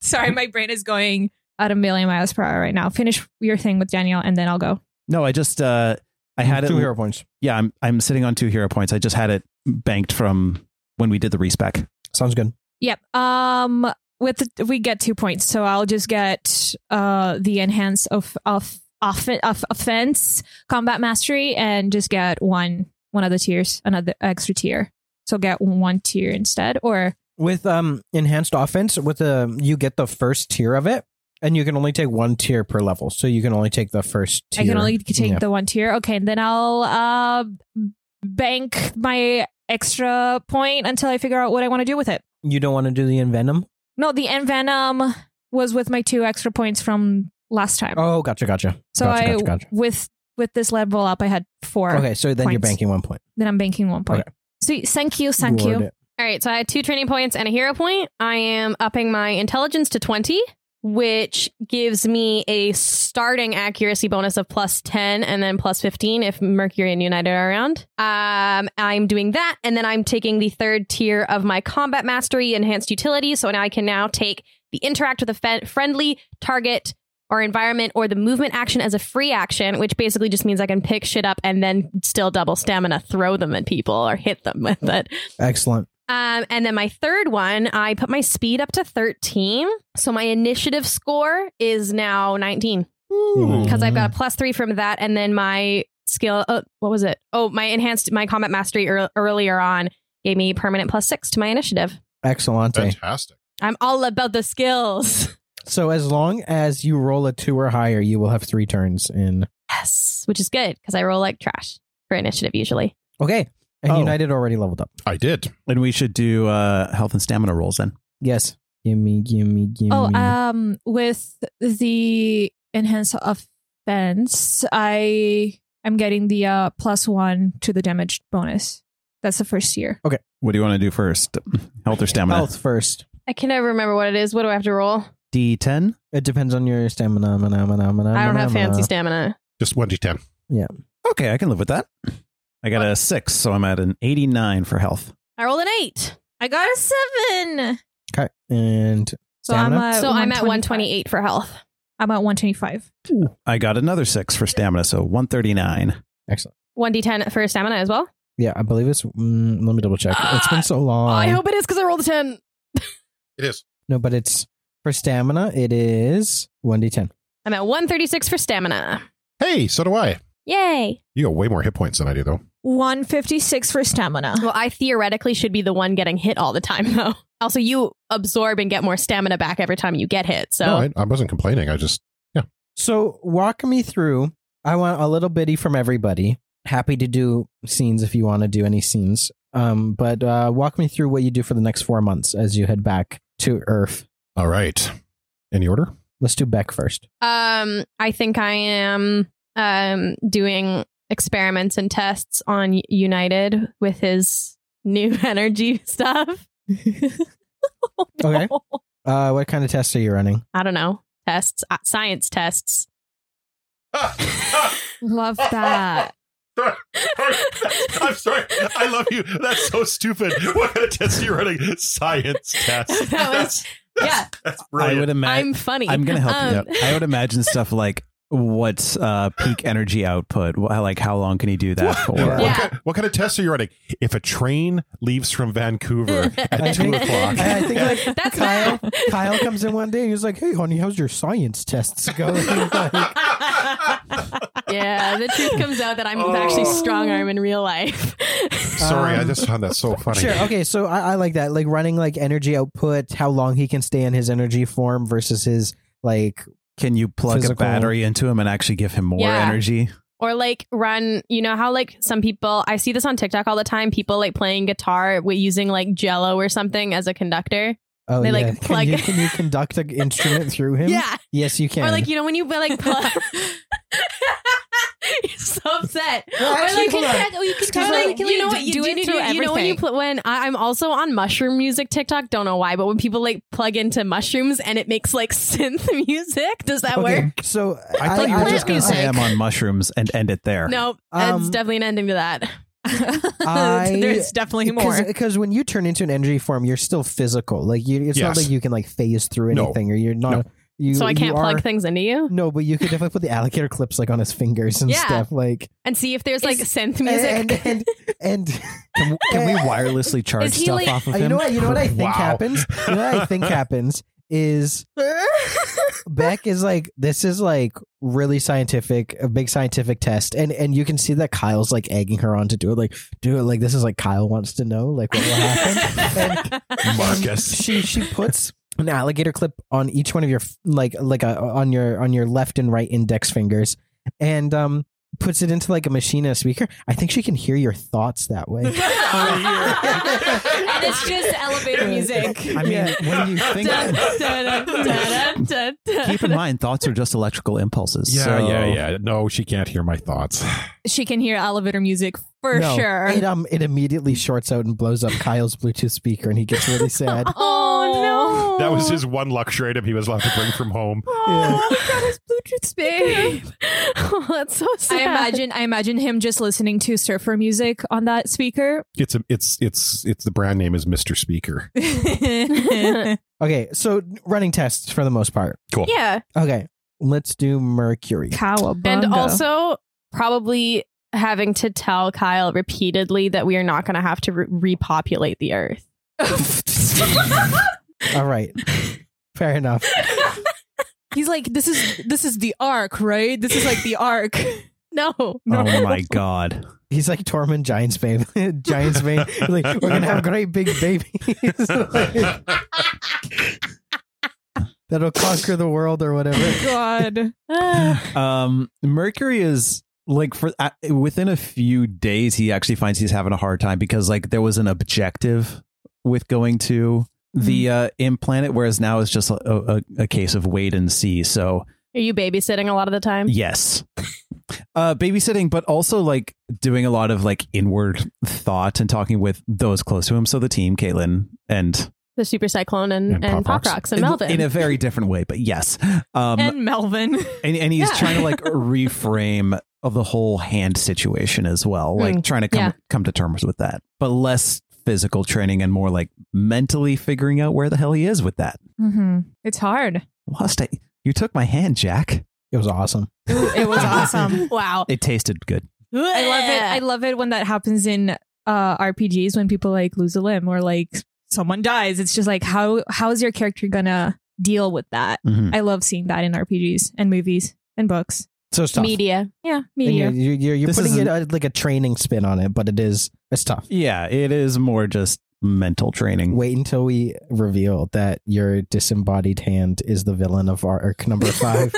Speaker 6: Sorry, my brain is going at a million miles per hour right now. Finish your thing with Daniel, and then I'll go.
Speaker 7: No, I just uh, I had
Speaker 1: two
Speaker 7: it.
Speaker 1: hero points.
Speaker 7: Yeah, I'm I'm sitting on two hero points. I just had it banked from when we did the respec.
Speaker 1: Sounds good.
Speaker 6: Yep. Um with we get 2 points, so I'll just get uh the enhance of of off, of offense combat mastery and just get one one of the tiers, another extra tier. So get one tier instead or
Speaker 1: With um enhanced offense, with a you get the first tier of it, and you can only take one tier per level. So you can only take the first tier.
Speaker 6: I can only take
Speaker 1: Yeah.
Speaker 6: the one tier. Okay, and then I'll uh bank my extra point until I figure out what I want to do with it.
Speaker 1: You don't want to do the envenom?
Speaker 6: No, the envenom was with my two extra points from last time.
Speaker 1: Oh, gotcha, gotcha.
Speaker 6: So
Speaker 1: gotcha,
Speaker 6: I
Speaker 1: gotcha, gotcha.
Speaker 6: with with this level up, I had four.
Speaker 1: Okay, so then you're
Speaker 6: points.
Speaker 1: banking one point.
Speaker 6: Then I'm banking one point.
Speaker 1: Okay.
Speaker 6: So thank you, thank
Speaker 1: Word
Speaker 6: you.
Speaker 1: it.
Speaker 4: All right, so I had two training points and a hero point. I am upping my intelligence to 20, which gives me a starting accuracy bonus of plus 10 and then plus 15 if Mercury and United are around. Um, I'm doing that, and then I'm taking the third tier of my combat mastery enhanced utility. So now I can now take the interact with a fe- friendly target or environment or the movement action as a free action, which basically just means I can pick shit up and then still double stamina, throw them at people or hit them with it.
Speaker 1: Excellent.
Speaker 4: Um, and then my third one, I put my speed up to 13. So my initiative score is now 19 because I've got a plus three from that. And then my skill, oh, what was it? Oh, my enhanced, my combat mastery ear earlier on gave me permanent plus six to my initiative.
Speaker 1: Excellent.
Speaker 5: Fantastic.
Speaker 4: I'm all about the skills.
Speaker 1: So as long as you roll a two or higher, you will have three turns in.
Speaker 4: Yes, which is good because I roll like trash for initiative usually.
Speaker 1: Okay. And
Speaker 7: Oh.
Speaker 1: United already leveled up.
Speaker 5: I did.
Speaker 7: And we should do uh, health and stamina rolls then.
Speaker 1: Yes. Gimme, gimme, gimme.
Speaker 6: Oh,
Speaker 4: uh,
Speaker 6: um, with the enhance offense, I am getting the uh plus one to the damage bonus. That's the first tier.
Speaker 7: What do you want to do first? Health or stamina?
Speaker 1: Health first.
Speaker 4: I can never remember what it is. What do I have to roll?
Speaker 7: D10.
Speaker 1: It depends on your stamina. mana, mana, mana,
Speaker 4: I don't
Speaker 1: mana,
Speaker 4: have fancy
Speaker 1: mana.
Speaker 4: stamina.
Speaker 2: Just one d10.
Speaker 7: Okay, I can live with that. I got a six, so I'm at an 89 for health.
Speaker 4: I rolled an eight.
Speaker 6: I got a seven. Oh,
Speaker 1: Okay, and
Speaker 6: So I'm
Speaker 1: Stamina?
Speaker 6: at
Speaker 4: so I'm uh, at
Speaker 6: 128.
Speaker 4: 128 for health.
Speaker 6: I'm at 125.
Speaker 7: I got another six for stamina, so 139.
Speaker 4: 1d10 for stamina as well.
Speaker 1: yeah, I believe it's. Mm, let me double check. it's been so long.
Speaker 4: Oh, I hope it is because I rolled a 10.
Speaker 2: It is.
Speaker 1: no, but it's for stamina. It is one d10.
Speaker 4: I'm at 136 for stamina.
Speaker 2: Hey, so do I.
Speaker 4: Yay.
Speaker 2: You got way more hit points than I do, though.
Speaker 6: 156 for stamina.
Speaker 4: Well, I theoretically should be the one getting hit all the time, though. Also, you absorb and get more stamina back every time you get hit. So
Speaker 2: No, I, I wasn't complaining. I just
Speaker 1: So walk me through. I want a little bitty from everybody. Happy to do scenes if you want to do any scenes. Um, but uh, walk me through what you do for the next four months as you head back to Earth.
Speaker 2: all right. Any order?
Speaker 1: Let's do Beck first.
Speaker 4: Um, I think I am um doing experiments and tests on United with his new energy stuff.
Speaker 1: Okay. Uh, what kind of tests are you running?
Speaker 4: I don't know tests, uh, science tests.
Speaker 6: Love that.
Speaker 5: I'm sorry. I love you. That's so stupid. What kind of test are you running? Science test.
Speaker 4: That was- yeah.
Speaker 5: that's
Speaker 7: I would imagine.
Speaker 4: I'm funny.
Speaker 7: I'm going to help
Speaker 4: Um,
Speaker 7: you. Out. I would imagine stuff like what's uh, peak energy output? Wh- Like how long can he do that for?
Speaker 2: What,
Speaker 4: Yeah.
Speaker 2: kind, what kind of tests are you running? If a train leaves from Vancouver
Speaker 1: I
Speaker 2: at two
Speaker 1: think-
Speaker 2: o'clock,
Speaker 1: I, I think like
Speaker 4: That's
Speaker 1: Kyle.
Speaker 4: math.
Speaker 1: Kyle comes in one day and he's like, "Hey, honey, how's your science tests going?" Like,
Speaker 4: yeah, the truth comes out that I'm actually strong arm in real life.
Speaker 2: sorry, I
Speaker 1: Um,
Speaker 2: just found that so funny.
Speaker 1: sure. Okay. So I, I like that. Like running like energy output, how long he can stay in his energy form versus his like
Speaker 7: Can you plug
Speaker 1: Physical.
Speaker 7: a battery into him and actually give him more
Speaker 4: Yeah.
Speaker 7: energy?
Speaker 4: or like run you know how like some people i see this on tiktok all the time people like playing guitar wi- using like jello or something as a conductor
Speaker 1: Oh,
Speaker 4: They,
Speaker 1: yeah.
Speaker 4: like,
Speaker 1: can,
Speaker 4: plug-
Speaker 1: you, can you conduct an instrument through him?
Speaker 4: yeah
Speaker 1: Yes, you can.
Speaker 4: or like you know when you like plug You're so upset.
Speaker 1: Well,
Speaker 4: Or,
Speaker 1: actually,
Speaker 4: like,
Speaker 1: hold on.
Speaker 4: you can
Speaker 1: Excuse
Speaker 4: totally-
Speaker 1: me.
Speaker 4: you know what you do, you, do- you know when you pl- when I, I'm also on mushroom music TikTok. Don't know why, but when people like plug into mushrooms and it makes like synth music, does that
Speaker 1: Okay,
Speaker 4: work?
Speaker 1: So
Speaker 2: I thought you
Speaker 1: I
Speaker 2: were
Speaker 1: was
Speaker 2: just
Speaker 1: gonna
Speaker 2: gonna
Speaker 7: I
Speaker 1: say,
Speaker 7: am on mushrooms and end it there.
Speaker 4: No,
Speaker 1: Um,
Speaker 4: it's definitely an ending to that.
Speaker 1: I-
Speaker 6: There's definitely more.
Speaker 1: because when you turn into an energy form, you're still physical. Like you, it's not
Speaker 2: Yes.
Speaker 1: like you can like phase through
Speaker 2: No.
Speaker 1: anything, or you're not. You,
Speaker 4: so I
Speaker 1: you
Speaker 4: can't plug
Speaker 1: are-
Speaker 4: things into you.
Speaker 1: No, but you could definitely put the alligator clips like on his fingers and
Speaker 4: Yeah.
Speaker 1: stuff. Like
Speaker 4: and see if there's like synth
Speaker 1: and
Speaker 4: music.
Speaker 1: and, and
Speaker 7: Can, can we wirelessly charge
Speaker 4: Is he
Speaker 7: stuff
Speaker 4: like-
Speaker 7: off of
Speaker 1: Uh,
Speaker 7: him?
Speaker 1: you know what? You know what I think
Speaker 5: Wow.
Speaker 1: happens. You know what I think happens is Beck is like this is like really scientific, a big scientific test, and and you can see that Kyle's like egging her on to do it. Like do it. Like this is like Kyle wants to know like what will happen. And
Speaker 5: Marcus.
Speaker 1: she she puts an alligator clip on each one of your f- like like a, on your on your left and right index fingers, and um puts it into like a machine and a speaker. I think she can hear your thoughts that way.
Speaker 4: and it's just elevator music.
Speaker 7: I mean, when you think,
Speaker 4: Dun, dun, dun, dun, dun, dun.
Speaker 7: keep in mind, thoughts are just electrical impulses.
Speaker 5: Yeah,
Speaker 7: so-
Speaker 5: yeah, yeah. No, she can't hear my thoughts.
Speaker 6: she can hear elevator music for
Speaker 1: No,
Speaker 6: sure.
Speaker 1: It um it immediately shorts out and blows up Kyle's Bluetooth speaker and he gets really sad.
Speaker 4: Oh no!
Speaker 5: That was his one luxury item he was allowed to bring from home.
Speaker 1: Yeah.
Speaker 4: Oh, babe. Oh, that's so sad.
Speaker 6: I imagine I imagine him just listening to surfer music on that speaker.
Speaker 2: It's a, it's it's it's the brand name is Mister Speaker.
Speaker 1: Okay, so running tests for the most part.
Speaker 2: Cool.
Speaker 4: Yeah,
Speaker 1: Okay, let's do Mercury.
Speaker 6: Cowabunga.
Speaker 4: and also probably having to tell Kyle repeatedly that we are not going to have to re- repopulate the Earth.
Speaker 1: All right. Fair enough.
Speaker 6: he's like, this is this is the arc, right? This is like the arc.
Speaker 4: No,
Speaker 7: Oh my god.
Speaker 1: He's like Tormund Giants Bane. Giants Bane. Like, we're going to have great big babies. Like, that'll conquer the world or whatever.
Speaker 6: God.
Speaker 7: Um, Mercury is like for uh, within a few days, he actually finds he's having a hard time because like there was an objective with going to the uh, implant, whereas now it's just a, a, a case of wait and see. So
Speaker 4: are you babysitting a lot of the time?
Speaker 7: Yes. Uh, babysitting, but also like doing a lot of like inward thought and talking with those close to him. So the team, Caitlin and
Speaker 4: the super cyclone and,
Speaker 2: And
Speaker 4: and,
Speaker 2: Pop
Speaker 4: pop,
Speaker 2: Rocks.
Speaker 4: rocks. and Melvin.
Speaker 7: in a very different way, but yes. Um, and,
Speaker 6: and Melvin.
Speaker 7: and, he's
Speaker 4: Yeah.
Speaker 7: trying to like reframe of the whole hand situation as well, like
Speaker 4: Mm,
Speaker 7: trying to come
Speaker 4: yeah.
Speaker 7: come to terms with that, but less physical training and more like mentally figuring out where the hell he is with that.
Speaker 6: mm-hmm. It's hard.
Speaker 7: Lost it. You took my hand, Jack.
Speaker 1: It was awesome.
Speaker 6: It was awesome.
Speaker 4: wow.
Speaker 7: It tasted good.
Speaker 6: I love it. I love it when that happens in uh, RPGs when people like lose a limb or like someone dies. It's just like how how is your character gonna deal with that?
Speaker 7: Mhm.
Speaker 6: I love seeing that in RPGs and movies and books.
Speaker 1: So it's tough.
Speaker 4: Media.
Speaker 6: Yeah,
Speaker 1: And
Speaker 6: media.
Speaker 1: You're, you're, you're
Speaker 7: This
Speaker 1: putting
Speaker 7: isn't-
Speaker 1: it uh, like a training spin on it, but it is it's tough.
Speaker 7: Yeah, it is more just mental training.
Speaker 1: Wait until we reveal that your disembodied hand is the villain of arc number five.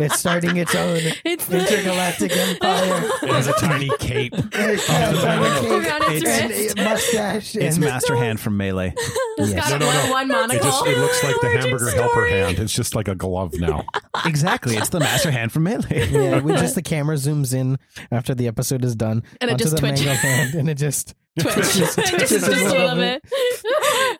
Speaker 1: it's starting its own
Speaker 4: It's the-
Speaker 1: intergalactic empire.
Speaker 5: It has a tiny cape.
Speaker 1: It's
Speaker 5: no,
Speaker 4: no. Around its
Speaker 1: and
Speaker 4: wrist.
Speaker 1: a mustache.
Speaker 7: It's
Speaker 1: and-
Speaker 7: Master Hand from Melee.
Speaker 4: Just
Speaker 1: Yes.
Speaker 4: got
Speaker 5: No, no,
Speaker 4: one,
Speaker 5: no.
Speaker 4: one
Speaker 5: It
Speaker 4: monocle.
Speaker 5: just it looks like the
Speaker 4: "Oh, Origin
Speaker 5: hamburger helper
Speaker 4: story.
Speaker 5: hand. It's just like a glove now.
Speaker 7: exactly. It's the Master Hand from Melee.
Speaker 1: Yeah, we just the camera zooms in after the episode is done,
Speaker 4: And it
Speaker 1: onto
Speaker 4: just
Speaker 1: the
Speaker 4: twitches.
Speaker 1: mangled hand, and it just
Speaker 4: Twitch.
Speaker 1: Just-
Speaker 4: Just
Speaker 1: just a
Speaker 4: a
Speaker 1: little
Speaker 4: little bit.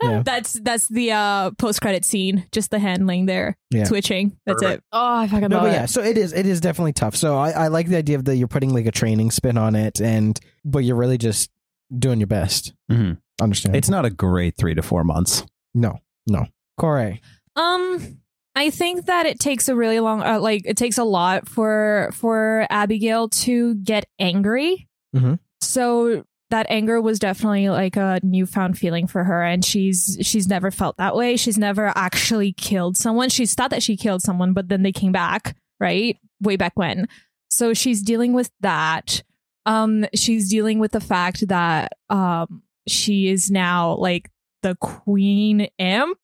Speaker 1: yeah.
Speaker 6: That's that's the uh, post credit scene. Just the hand laying there
Speaker 1: Yeah.
Speaker 6: twitching. That's it.
Speaker 4: Oh, I fucking
Speaker 1: No,
Speaker 4: love
Speaker 1: but
Speaker 4: it.
Speaker 1: yeah, so it is. It is definitely tough. So I, I like the idea of that you're putting like a training spin on it, and but you're really just doing your best.
Speaker 7: Mhm.
Speaker 1: Understand?
Speaker 7: It's not a great three to four months.
Speaker 1: no, no. Corey,
Speaker 6: Um, I think that it takes a really long, uh, like it takes a lot for for Abigail to get angry.
Speaker 1: Mhm.
Speaker 6: So that anger was definitely like a newfound feeling for her, and she's she's never felt that way. She's never actually killed someone. She's thought that she killed someone, but then they came back, right? Way back when. So she's dealing with that. Um, she's dealing with the fact that um she is now like the queen imp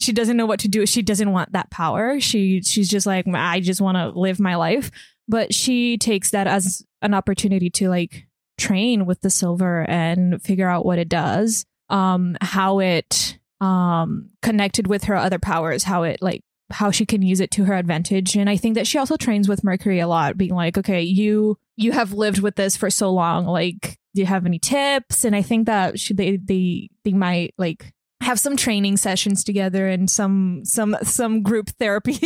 Speaker 6: she doesn't know what to do. She doesn't want that power. She she's just like I just want to live my life. But she takes that as an opportunity to like train with the silver and figure out what it does, um, how it um connected with her other powers, how it like how she can use it to her advantage. And I think that she also trains with Mercury a lot, being like, okay, you you have lived with this for so long. Like, do you have any tips? And I think that she, they they they might like have some training sessions together and some some some group therapy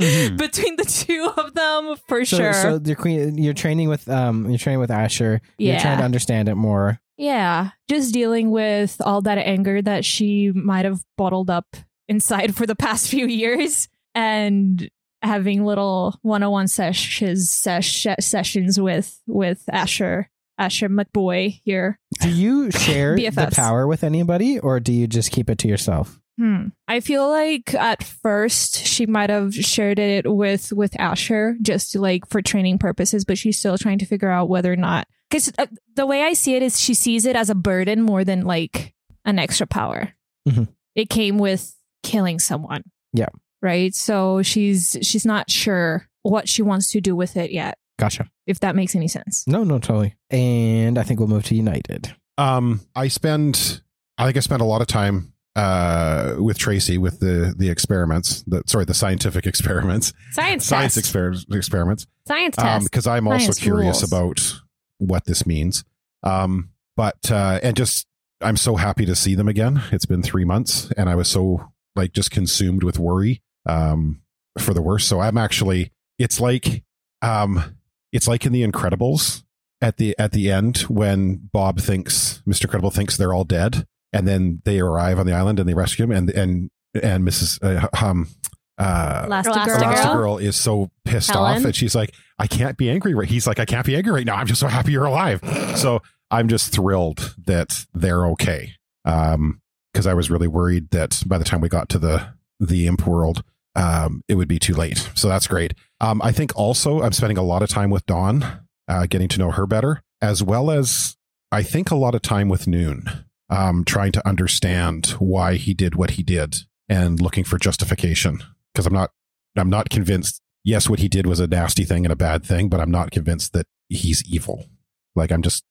Speaker 4: Mm-hmm.
Speaker 6: between the two of them for
Speaker 1: Mm. so,
Speaker 6: sure.
Speaker 1: So your queen, you're training with um, you're training with Asher. You're
Speaker 6: Yeah.
Speaker 1: trying to understand it more.
Speaker 6: Yeah, just dealing with all that anger that she might have bottled up inside for the past few years and having little one-on-one sessions sesh, sessions with with Asher Asher McBoy here.
Speaker 1: Do you share the
Speaker 6: BFFs.
Speaker 1: power with anybody, or do you just keep it to yourself?
Speaker 6: Hmm. I feel like at first she might have shared it with with Asher just to, like for training purposes, but she's still trying to figure out whether or not because uh, the way I see it is she sees it as a burden more than like an extra power.
Speaker 1: Mhm.
Speaker 6: It came with killing someone.
Speaker 1: Yeah.
Speaker 6: Right. So she's she's not sure what she wants to do with it yet.
Speaker 1: Gotcha.
Speaker 6: If that makes any sense.
Speaker 1: No, no, totally. And I think we'll move to United.
Speaker 2: Um, I spend, I think I spent a lot of time uh, with Tracy with the the experiments. The sorry, the scientific experiments,
Speaker 4: Science,
Speaker 2: science
Speaker 4: test.
Speaker 2: exper- experiments.
Speaker 4: Science
Speaker 2: Um,
Speaker 4: test.
Speaker 2: because I'm also
Speaker 6: Science
Speaker 2: curious
Speaker 6: rules.
Speaker 2: about what this means. Um, but uh, and just I'm so happy to see them again. It's been three months, and I was so like just consumed with worry um, for the worst. So I'm actually, it's like, um, it's like in The Incredibles at the at the end when Bob thinks Mr. Credible thinks they're all dead, and then they arrive on the island and they rescue him, and and and Mrs. Uh, um, uh,
Speaker 4: Elastigirl.
Speaker 2: Elastigirl is so pissed off
Speaker 4: Helen.
Speaker 2: and she's like, I can't be angry right. He's like, I can't be angry right now. I'm just so happy you're alive. So I'm just thrilled that they're okay. Um, because I was really worried that by the time we got to the the imp world, um, it would be too late. So that's great. Um, I think also I'm spending a lot of time with Dawn, uh, getting to know her better, as well as I think a lot of time with Noon, um, trying to understand why he did what he did and looking for justification. Because I'm not, I'm not convinced. Yes, what he did was a nasty thing and a bad thing, but I'm not convinced that he's evil. Like I'm just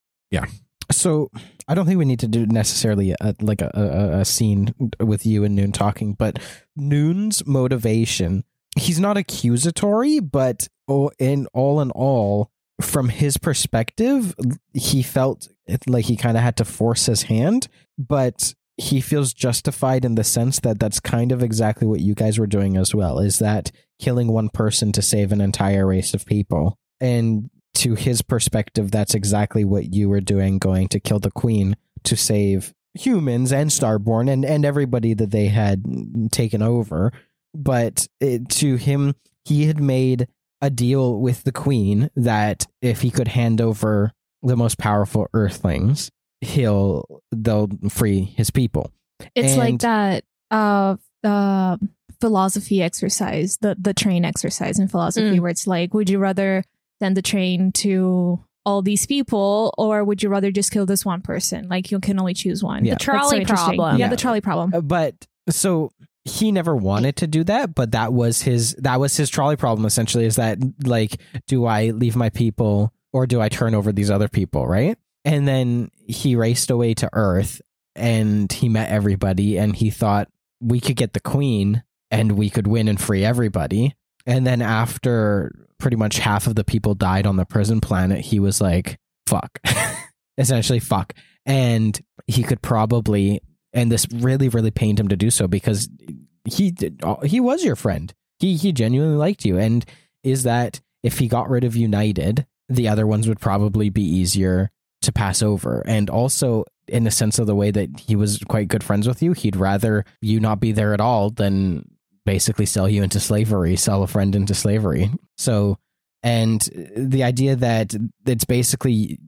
Speaker 1: So I don't think we need to do necessarily a, like a, a, a scene with you and Noon talking, but Noon's motivation, he's not accusatory, but oh, in all in all, from his perspective, he felt it- like he kind of had to force his hand, but he feels justified in the sense that that's kind of exactly what you guys were doing as well is that killing one person to save an entire race of people and to his perspective that's exactly what you were doing going to kill the queen to save humans and starborn and and everybody that they had taken over but it, to him he had made a deal with the queen that if he could hand over the most powerful earthlings he'll they'll free his people
Speaker 6: It's like
Speaker 1: And-
Speaker 6: that uh, uh, philosophy exercise, the the train exercise in philosophy,
Speaker 4: Mm.
Speaker 6: where it's like, would you rather send the train to all these people, or would you rather just kill this one person? Like you can only choose one.
Speaker 1: Yeah.
Speaker 4: The trolley
Speaker 6: interesting.
Speaker 4: problem.
Speaker 6: Yeah,
Speaker 1: Yeah.
Speaker 6: the trolley problem.
Speaker 1: Uh, but so he never wanted to do that but that was his that was his trolley problem essentially is that like do i leave my people or do i turn over these other people right and then he raced away to earth and he met everybody and he thought we could get the queen and we could win and free everybody and then after pretty much half of the people died on the prison planet he was like fuck essentially fuck and he could probably and this really really pained him to do so because he did, uh, he was your friend. He he genuinely liked you and is that if he got rid of United, the other ones would probably be easier to pass over. And also in the sense of the way that he was quite good friends with you, he'd rather you not be there at all than basically sell you into slavery, sell a friend into slavery. So and the idea that it's basically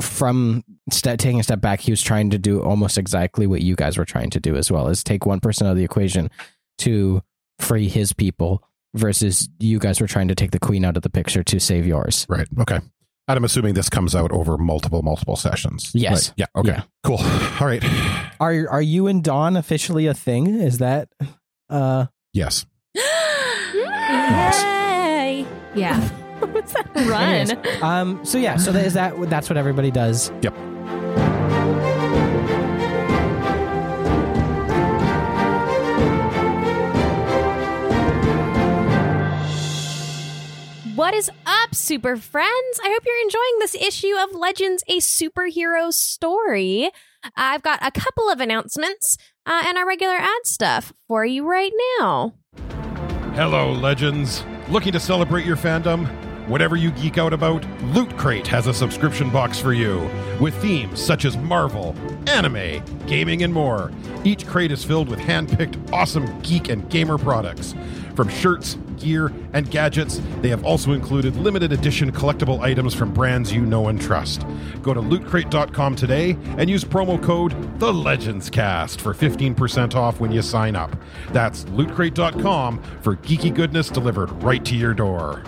Speaker 1: from ste taking a step back, he was trying to do almost exactly what you guys were trying to do as well, is take one person out of the equation to free his people versus you guys were trying to take the queen out of the picture to save yours.
Speaker 2: Right. Okay. And I'm assuming this comes out over multiple, multiple sessions.
Speaker 1: Yes.
Speaker 2: Right. Yeah. Okay.
Speaker 1: Yeah.
Speaker 2: Cool. All right.
Speaker 1: Are are you and Dawn officially a thing? Is that uh
Speaker 2: Yes.
Speaker 4: Yay!
Speaker 6: Yeah.
Speaker 4: What's that run?
Speaker 1: um so yeah, so that is that that's what everybody does.
Speaker 4: What is up, super friends? I hope you're enjoying this issue of Legends, a superhero story. I've got a couple of announcements uh, and our regular ad stuff for you right now.
Speaker 5: Hello, legends. Looking to celebrate your fandom? Whatever you geek out about, Loot Crate has a subscription box for you with themes such as Marvel, anime, gaming, and more. Each crate is filled with hand picked awesome geek and gamer products. From shirts, gear, and gadgets, they have also included limited edition collectible items from brands you know and trust. Go to lootcrate.com today and use promo code The Legends Cast for 15% off when you sign up. That's lootcrate.com for geeky goodness delivered right to your door.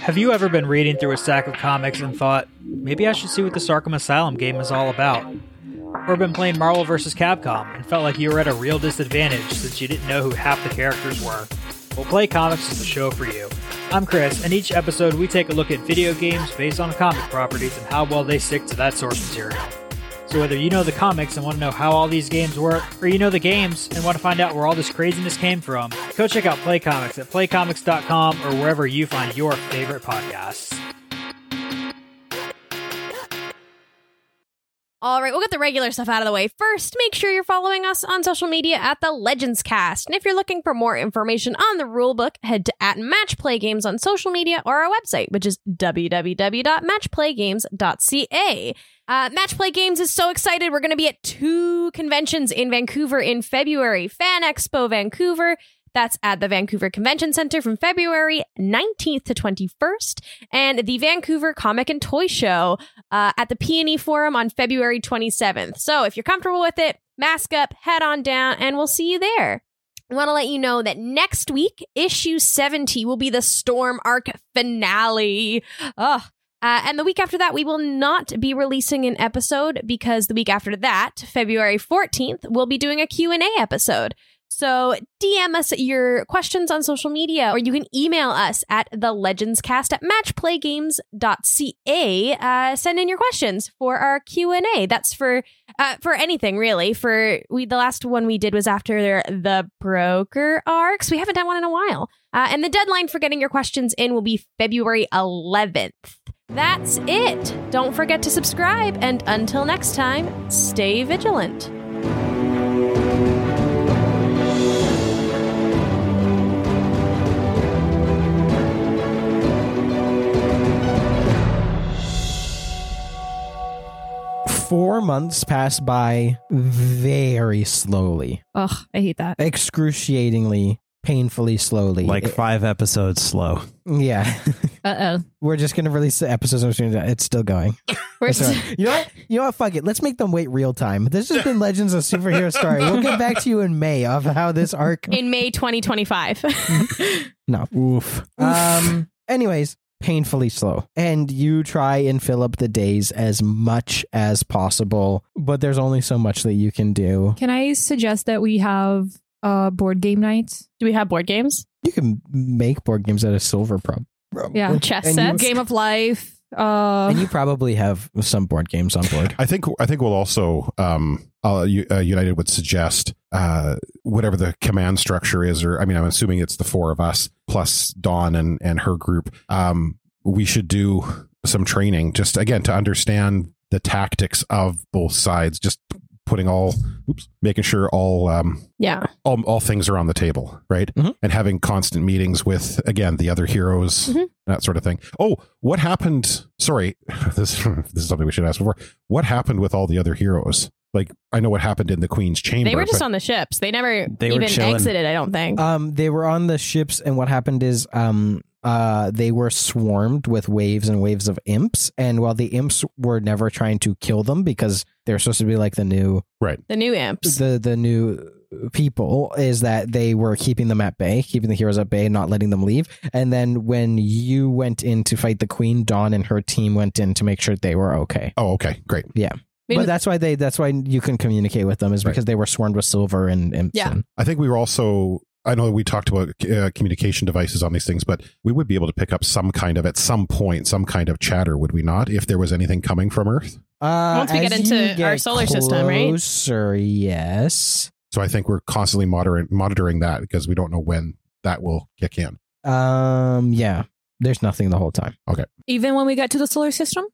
Speaker 8: Have you ever been reading through a stack of comics and thought, maybe I should see what this Arkham Asylum game is all about? Or been playing Marvel vs. Capcom and felt like you were at a real disadvantage since you didn't know who half the characters were? Well, Play Comics is the show for you. I'm Chris, and each episode we take a look at video games based on comic properties and how well they stick to that source material. So whether you know the comics and want to know how all these games work, or you know the games and want to find out where all this craziness came from, go check out Play Comics at playcomics.com or wherever you find your favorite podcasts.
Speaker 4: All right, we'll get the regular stuff out of the way. First, make sure you're following us on social media at the Legends Cast. And if you're looking for more information on the rulebook, head to at Match Play Games on social media or our website, which is www.matchplaygames.ca. Uh, Match Play Games is so excited. We're going to be at two conventions in Vancouver in February Fan Expo Vancouver. That's at the Vancouver Convention Center from February 19th to 21st, and the Vancouver Comic and Toy Show uh, at the Peony Forum on February 27th. So if you're comfortable with it, mask up, head on down, and we'll see you there. I want to let you know that next week, issue 70 will be the Storm Arc finale. Ugh. Uh, and the week after that, we will not be releasing an episode because the week after that, February 14th, we'll be doing a Q&A episode. So DM us your questions on social media, or you can email us at the legendscast at matchplaygames.ca. Uh, send in your questions for our Q and A. That's for uh, for anything really. For we the last one we did was after the broker arcs. We haven't done one in a while, uh, and the deadline for getting your questions in will be February 11th. That's it. Don't forget to subscribe, and until next time, stay vigilant.
Speaker 1: Four months pass by very slowly,
Speaker 6: Ugh, I hate that.
Speaker 1: excruciatingly, painfully slowly.
Speaker 7: Like
Speaker 1: It-
Speaker 7: five episodes slow.
Speaker 1: yeah.
Speaker 4: Uh oh.
Speaker 1: We're just gonna release the episodes as soon as it's still going.
Speaker 4: We're
Speaker 1: It's all right. You know what? You know what? Fuck it. Let's make them wait real time. This has been Legends of Superhero Story. We'll get back to you in May of how this arc.
Speaker 4: in May 2025.
Speaker 1: No. Oof. Um. Anyways, painfully slow, and you try and fill up the days as much as possible, but there's only so much that you can do.
Speaker 6: Can I suggest that we have uh, board game night?
Speaker 4: Do we have board games?
Speaker 1: You can make board games out of silver, prob- probably.
Speaker 6: Yeah.
Speaker 4: Chess
Speaker 1: And you-
Speaker 4: sets?
Speaker 6: Game of life. Uh,
Speaker 1: And you probably have some board games on board.
Speaker 2: I think I think we'll also um, uh, U- uh, United would suggest uh, whatever the command structure is, or I mean, I'm assuming it's the four of us plus Dawn and and her group. Um, we should do some training just again to understand the tactics of both sides. Just putting all, oops, making sure all um,
Speaker 4: Yeah.
Speaker 2: all, all things are on the table, right?
Speaker 4: Mm-hmm.
Speaker 1: Mhm.
Speaker 2: And having constant meetings with again the other heroes,
Speaker 4: Mhm.
Speaker 2: that sort of thing. Oh, what happened? Sorry, this this is something we should ask before. What happened with all the other heroes? Like I know what happened in the Queen's chamber.
Speaker 4: They were just
Speaker 2: but-
Speaker 4: on the ships. They never
Speaker 7: They were
Speaker 4: even
Speaker 7: chilling.
Speaker 4: exited, I don't think.
Speaker 1: Um, they were on the ships, and what happened is, um, uh, they were swarmed with waves and waves of imps. And while the imps were never trying to kill them because they're supposed to be like the new,
Speaker 4: the new imps.
Speaker 1: the the new people, is that they were keeping them at bay, keeping the heroes at bay, not letting them leave. And then when you went in to fight the queen, Dawn and her team went in to make sure they were okay.
Speaker 2: oh, okay, great.
Speaker 4: Maybe-
Speaker 1: But that's why they that's why you can communicate with them is
Speaker 2: Right.
Speaker 1: because they were swarmed with silver and imps.
Speaker 4: Yeah.
Speaker 1: and-
Speaker 2: I think we were also. I know we talked about uh, communication devices on these things, but we would be able to pick up some kind of at some point some kind of chatter, would we not? If there was anything coming from Earth,
Speaker 1: Uh,
Speaker 4: Once we get
Speaker 1: as
Speaker 4: into
Speaker 1: you
Speaker 4: our
Speaker 1: get
Speaker 4: solar system, right?
Speaker 1: Closer, yes.
Speaker 2: so I think we're constantly moderate, monitoring that because we don't know when that will kick in.
Speaker 1: Um, yeah. There's nothing the whole time.
Speaker 6: even when we get to the solar system?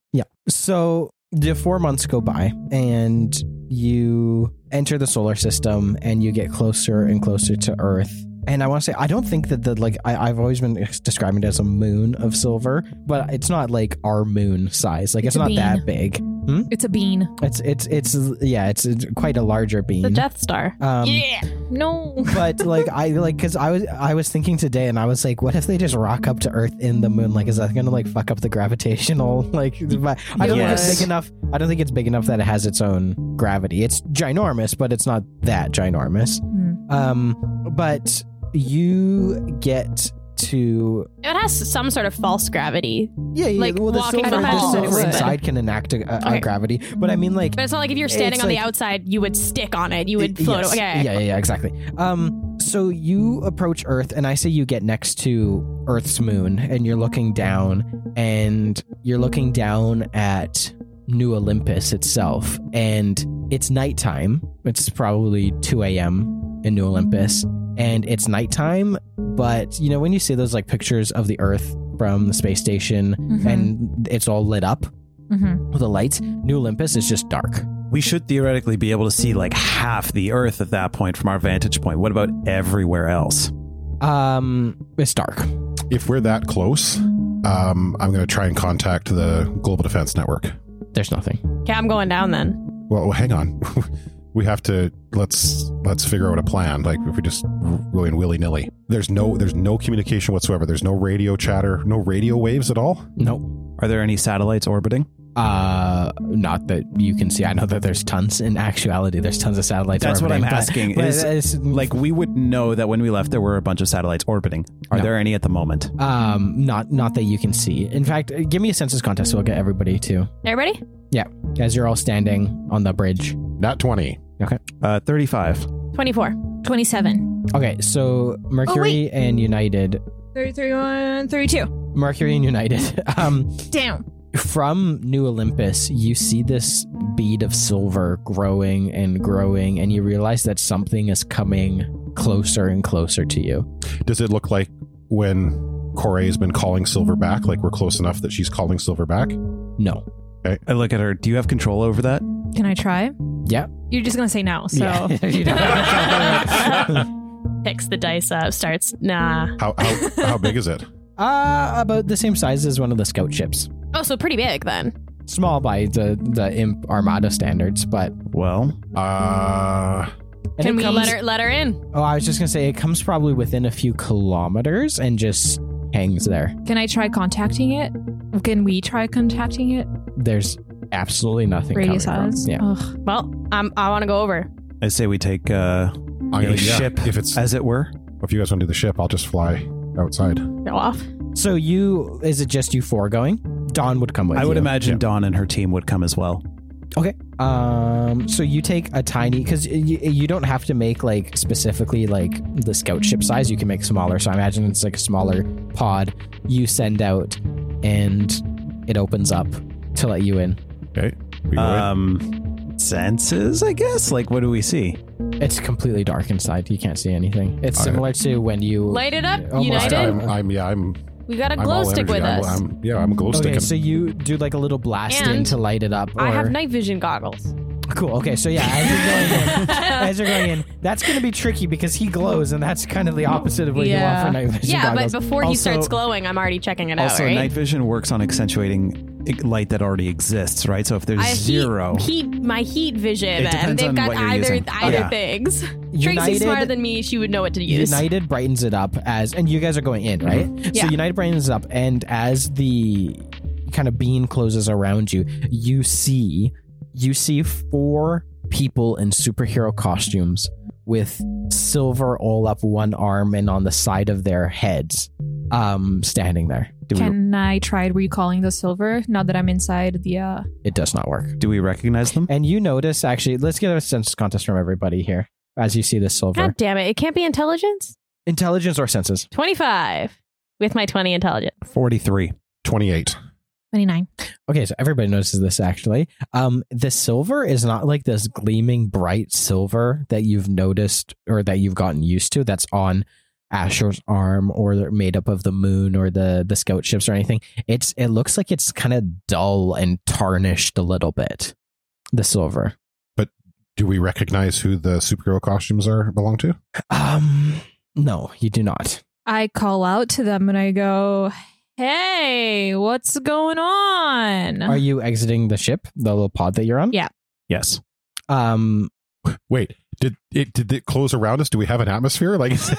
Speaker 1: So the four months go by, and you enter the solar system, and you get closer and closer to Earth. And I want to say, I don't think that the like I, I've always been describing it as a moon of silver, but it's not like our moon size. Like it's,
Speaker 6: It's a
Speaker 1: not
Speaker 6: bean.
Speaker 1: that big.
Speaker 6: It's a bean.
Speaker 1: It's it's it's yeah, it's, it's quite a larger beam.
Speaker 4: the Death Star.
Speaker 1: um,
Speaker 6: No.
Speaker 1: but like I like because I was I was thinking today, and I was like, what if they just rock up to Earth in the moon? Like, is that gonna like fuck up the gravitational? Like, but I don't think it's
Speaker 7: Yes.
Speaker 1: big enough. I don't think it's big enough that it has its own gravity. It's ginormous, but it's not that ginormous.
Speaker 6: Hmm.
Speaker 1: Um, but you get to
Speaker 4: It has some sort of false gravity.
Speaker 1: yeah, yeah
Speaker 4: Like,
Speaker 1: well, the
Speaker 4: walking
Speaker 1: silver,
Speaker 6: down
Speaker 1: the
Speaker 6: the
Speaker 1: silver
Speaker 6: hall.
Speaker 1: inside can enact a, a, a
Speaker 4: Okay.
Speaker 1: gravity, but I mean like
Speaker 4: But it's not like if you're standing
Speaker 1: It's
Speaker 4: on the
Speaker 1: like-
Speaker 4: outside, you would stick on it. You would
Speaker 1: Y-
Speaker 4: float.
Speaker 1: yes.
Speaker 4: Okay.
Speaker 1: Yeah, yeah, yeah, exactly. Um, so you approach Earth, and I say you get next to Earth's moon, and you're looking down, and you're looking down at New Olympus itself, and it's nighttime. It's probably 2 a.m. in New Olympus, and it's nighttime. But you know when you see those like pictures of the Earth from the space station,
Speaker 4: Mm-hmm.
Speaker 6: Mhm.
Speaker 1: and it's all lit up
Speaker 6: Mhm.
Speaker 1: with the lights, New Olympus is just dark.
Speaker 7: We should theoretically be able to see like half the Earth at that point from our vantage point. What about everywhere else?
Speaker 1: Um, it's dark.
Speaker 2: if we're that close, um, I'm going to try and contact the Global Defense Network.
Speaker 1: There's nothing.
Speaker 4: Okay, I'm going down then.
Speaker 2: Well, hang on. we have to let's let's figure out a plan. Like if we just go in willy nilly, there's no there's no communication whatsoever. There's no radio chatter, no radio waves at all.
Speaker 1: Nope.
Speaker 7: Are there any satellites orbiting?
Speaker 1: Uh, not that you can see. I know that there's tons. In actuality, there's tons of satellites.
Speaker 7: That's what I'm
Speaker 1: orbiting, but-
Speaker 7: asking.
Speaker 1: but
Speaker 7: Is-
Speaker 1: it's-
Speaker 7: Like we would know that when we left, there were a bunch of satellites orbiting. Are
Speaker 1: No.
Speaker 7: there any at the moment?
Speaker 1: um, not not that you can see. In fact, uh, give me a census contest. So I'll get everybody too.
Speaker 4: Everybody?
Speaker 1: As you're all standing on the bridge.
Speaker 2: Not twenty.
Speaker 7: Uh, Thirty-five.
Speaker 4: 24.
Speaker 6: 27.
Speaker 1: Okay, so Mercury and United,
Speaker 6: 31, 32.
Speaker 1: Mercury and United. Um,
Speaker 6: Down.
Speaker 1: from New Olympus, you see this bead of silver growing and growing, and you realize that something is coming closer and closer to you.
Speaker 2: Does it look like when Corey has been calling Silver back? Like we're close enough that she's calling Silver back.
Speaker 1: No.
Speaker 7: I look at her. Do you have control over that?
Speaker 6: Can I try?
Speaker 1: Yeah.
Speaker 6: You're just gonna say no. So
Speaker 1: Yeah. You don't-
Speaker 4: Picks the dice up, starts, nah.
Speaker 2: How how, how big is it?
Speaker 1: uh, about the same size as one of the scout ships.
Speaker 4: Oh, so pretty big then.
Speaker 1: Small by the the imp armada standards, but
Speaker 7: Well,
Speaker 2: Uh,
Speaker 1: and
Speaker 4: Can
Speaker 1: it
Speaker 4: we
Speaker 1: comes-
Speaker 4: let her let her in?
Speaker 1: Oh, I was just gonna say it comes probably within a few kilometers and just hangs there.
Speaker 6: can I try contacting it? Can we try contacting it?
Speaker 1: There's absolutely nothing.
Speaker 6: Radius
Speaker 1: coming from-
Speaker 6: eyes.
Speaker 1: Yeah.
Speaker 6: Ugh.
Speaker 4: Well, um, I want to go over.
Speaker 7: I say we take uh,
Speaker 2: I'm
Speaker 7: a
Speaker 2: gonna, yeah,
Speaker 7: ship,
Speaker 2: If it's
Speaker 7: as it were.
Speaker 2: if you guys want to do the ship, I'll just fly outside.
Speaker 4: Go off.
Speaker 1: So you is it just you four going? Dawn would come with
Speaker 7: I would
Speaker 1: you.
Speaker 7: imagine
Speaker 2: Yeah.
Speaker 7: Dawn and her team would come as well.
Speaker 1: Um, so you take a tiny because you, you don't have to make like specifically like the scout ship size. You can make smaller. So I imagine it's like a smaller pod. You send out, and it opens up to let you in.
Speaker 2: We go in.
Speaker 7: Um, senses, I guess. Like, what do we see?
Speaker 1: It's completely dark inside. You can't see anything. It's
Speaker 2: I-
Speaker 1: similar to when you
Speaker 4: Light it up,
Speaker 1: Almost
Speaker 4: United.
Speaker 2: I'm, I'm yeah I'm
Speaker 4: We got a
Speaker 2: I'm
Speaker 4: glow
Speaker 2: all
Speaker 4: stick
Speaker 2: energy.
Speaker 4: with
Speaker 2: I'm,
Speaker 4: us.
Speaker 2: I'm- yeah I'm glow
Speaker 1: Okay,
Speaker 2: sticking.
Speaker 1: so you do like a little blast in
Speaker 4: And
Speaker 1: to light it up. Or...
Speaker 4: I have night vision goggles.
Speaker 1: Cool. Okay, so yeah, as you're going in, as you're going in, that's going to be tricky because he glows, and that's kind of the opposite of what
Speaker 4: Yeah.
Speaker 1: you want for night vision
Speaker 4: yeah,
Speaker 1: goggles.
Speaker 4: but before he
Speaker 7: Also-
Speaker 4: starts glowing, I'm already checking it
Speaker 7: also,
Speaker 4: out, right?
Speaker 7: night vision works on accentuating i- light that already exists, right? So if there's
Speaker 4: I heat-
Speaker 7: zero,
Speaker 4: Heat, my heat vision.
Speaker 7: It
Speaker 4: and
Speaker 7: depends
Speaker 4: they've
Speaker 7: on
Speaker 4: got
Speaker 7: what you're
Speaker 4: either
Speaker 7: using.
Speaker 4: either
Speaker 7: Yeah.
Speaker 4: things.
Speaker 1: United-
Speaker 4: Tracy's smarter than me. She would know what to use.
Speaker 1: United brightens it up as, and you guys are going in, right? So
Speaker 4: Yeah.
Speaker 1: United brightens it up, and as the kind of beam closes around you, you see you see four people in superhero costumes with silver all up one arm and on the side of their heads, um, standing there.
Speaker 7: do,
Speaker 6: Can I try recalling the silver now that I'm inside the uh
Speaker 1: It does not work.
Speaker 7: we, do we recognize them?
Speaker 1: And you notice, actually, let's get a sense contest from everybody here as you see this silver.
Speaker 4: God damn it! It can't be intelligence.
Speaker 1: Intelligence or senses?
Speaker 4: Twenty five with my twenty intelligence.
Speaker 7: 43.
Speaker 2: 28.
Speaker 6: 29?
Speaker 1: Okay, so everybody notices this actually. Um, the silver is not like this gleaming bright silver that you've noticed or that you've gotten used to that's on Asher's arm or they're made up of the moon or the the scout ships or anything. It's it looks like it's kind of dull and tarnished a little bit. The silver.
Speaker 2: Do we recognize who the superhero costumes are belong to?
Speaker 1: Um, no, you do not.
Speaker 6: I call out to them and I go, "Hey, what's going on?"
Speaker 1: Are you exiting the ship, the little pod that you're on?
Speaker 6: Yeah.
Speaker 7: Yes.
Speaker 1: Um,
Speaker 2: Wait, did it did it close around us? Do we have an atmosphere? Like is it-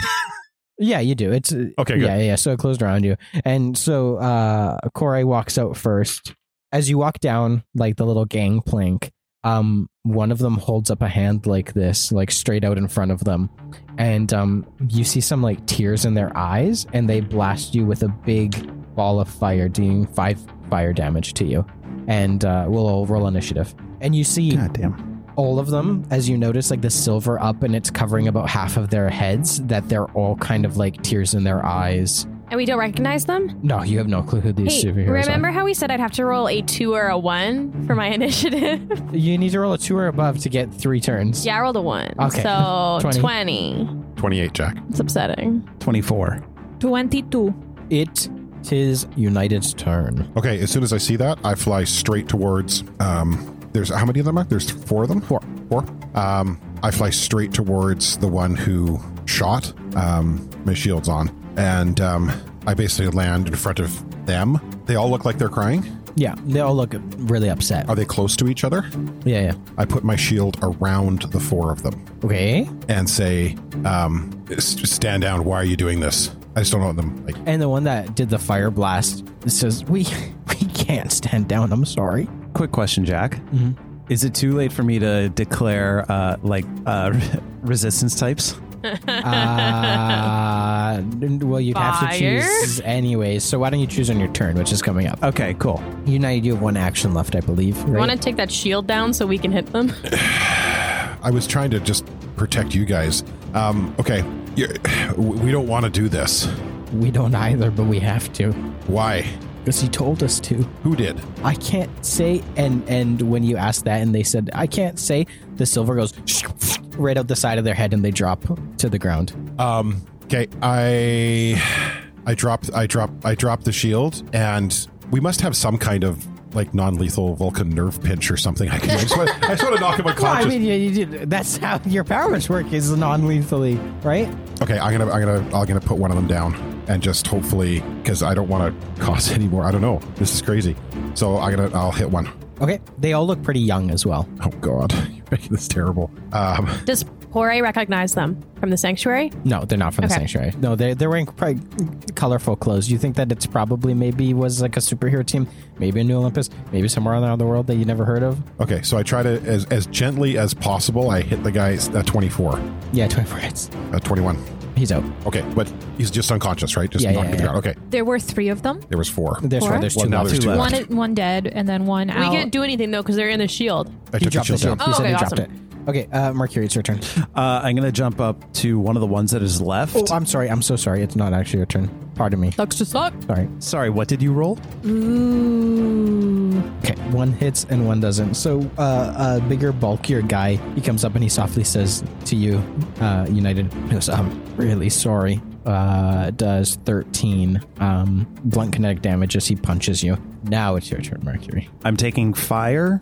Speaker 1: Yeah, you do. It's uh,
Speaker 2: Okay, good.
Speaker 1: Yeah, yeah. So it closed around you, and so uh Corey walks out first. As you walk down like the little gangplank, um, one of them holds up a hand like this, like straight out in front of them, and um, you see some like tears in their eyes, and they blast you with a big ball of fire, dealing five fire damage to you, and uh, we'll all roll initiative. And you see
Speaker 7: God damn.
Speaker 1: all of them, as you notice, like the silver up and it's covering about half of their heads, that they're all kind of like tears in their eyes.
Speaker 4: And we don't recognize them.
Speaker 1: No, you have no clue who these
Speaker 4: hey,
Speaker 1: superheroes
Speaker 4: remember how we said I'd have to roll a two or a one for my initiative?
Speaker 1: are. You need to roll a two or above to get three turns.
Speaker 4: yeah, I rolled a one.
Speaker 1: Okay.
Speaker 4: So
Speaker 1: 20.
Speaker 4: 20.
Speaker 2: 28, Jack.
Speaker 4: It's upsetting.
Speaker 7: 24.
Speaker 6: 22.
Speaker 1: It tis United's turn.
Speaker 2: Okay, as soon as I see that, I fly straight towards um there's how many of them are? There's four of them? Four. Four. Um I fly straight towards the one who shot. Um my shield's on. And um I basically land in front of them. They all look like they're crying.
Speaker 1: Yeah, they all look really upset.
Speaker 2: Are they close to each other?
Speaker 1: Yeah, yeah.
Speaker 2: I put my shield around the four of them.
Speaker 1: Okay.
Speaker 2: and say, um, s- "Stand down! Why are you doing this?" I just don't know them. Like,
Speaker 1: And the one that did the fire blast says, "We we can't stand down. I'm sorry."
Speaker 7: Quick question, Jack.
Speaker 1: Mhm.
Speaker 7: Is it too late for me to declare uh, like uh, resistance types?
Speaker 1: Uh, well, you'd have to
Speaker 4: Fire?
Speaker 1: choose anyways. So why don't you choose on your turn, which is coming up?
Speaker 7: Okay, cool.
Speaker 1: United, you have one action left, I believe.
Speaker 4: You
Speaker 1: right?
Speaker 4: want to take that shield down so we can hit them?
Speaker 2: I was trying to just protect you guys. Um, okay, you we don't want to do this.
Speaker 1: We don't either, but we have to
Speaker 2: Why?
Speaker 1: because he told us to.
Speaker 2: Who did?
Speaker 1: I can't say. And and when you asked that, and they said I can't say, the silver goes right out the side of their head, and they drop to the ground.
Speaker 2: Um, okay, Um, I I dropped I dropped I dropped the shield and we must have some kind of like non-lethal Vulcan nerve pinch or something. I, can, I, just, want, I just want to knock him
Speaker 1: Well, I
Speaker 2: unconscious.
Speaker 1: mean, you, you, did- that's how your powers work is non-lethally, right?
Speaker 2: okay, I'm gonna I'm gonna I'm gonna put one of them down and just hopefully because I don't want to cause any more. I don't know. This is crazy. So I'm gonna I'll hit one.
Speaker 1: Okay, they all look pretty young as well.
Speaker 2: Oh God, you're making this terrible. Um,
Speaker 4: Does Pore recognize them from the sanctuary?
Speaker 1: No, they're not from the
Speaker 4: Okay.
Speaker 1: sanctuary. No, they're they're wearing probably colorful clothes. You think that it's probably maybe was like a superhero team, maybe a New Olympus, maybe somewhere around the world that you never heard of.
Speaker 2: okay, so I try to as as gently as possible. I hit the guy uh, at 24,
Speaker 1: Yeah, twenty four hits.
Speaker 2: at 21.
Speaker 1: He's out.
Speaker 2: Okay, but he's just unconscious, right? Just
Speaker 1: Yeah,
Speaker 2: knocked
Speaker 1: yeah,
Speaker 2: to the
Speaker 1: yeah.
Speaker 2: ground. Okay,
Speaker 6: There were three of them.
Speaker 2: there was four.
Speaker 1: There's
Speaker 6: Four?
Speaker 1: right, there's
Speaker 2: Well,
Speaker 1: two
Speaker 2: now
Speaker 1: left.
Speaker 2: there's two
Speaker 6: One,
Speaker 2: left.
Speaker 6: one dead, and then one out.
Speaker 4: We can't do anything though because they're in the shield.
Speaker 2: I
Speaker 1: He
Speaker 2: took the
Speaker 1: dropped the
Speaker 2: shield down.
Speaker 1: shield. He
Speaker 4: Oh,
Speaker 1: said he
Speaker 4: okay,
Speaker 1: dropped
Speaker 4: awesome. Oh.
Speaker 1: it. Okay, uh, Mercury, it's your turn.
Speaker 7: Uh, I'm going to jump up to one of the ones that is left.
Speaker 1: Oh, I'm sorry. I'm so sorry. It's not actually your turn. Pardon me.
Speaker 4: Looks just luck.
Speaker 1: Sorry.
Speaker 7: Sorry, what did you roll?
Speaker 1: Okay, one hits and one doesn't. So uh, a bigger, bulkier guy, he comes up and he softly says to you, uh, United, he goes, I'm really sorry. Uh, does 13 um, blunt kinetic damage as he punches you. Now it's your turn, Mercury.
Speaker 7: I'm taking fire,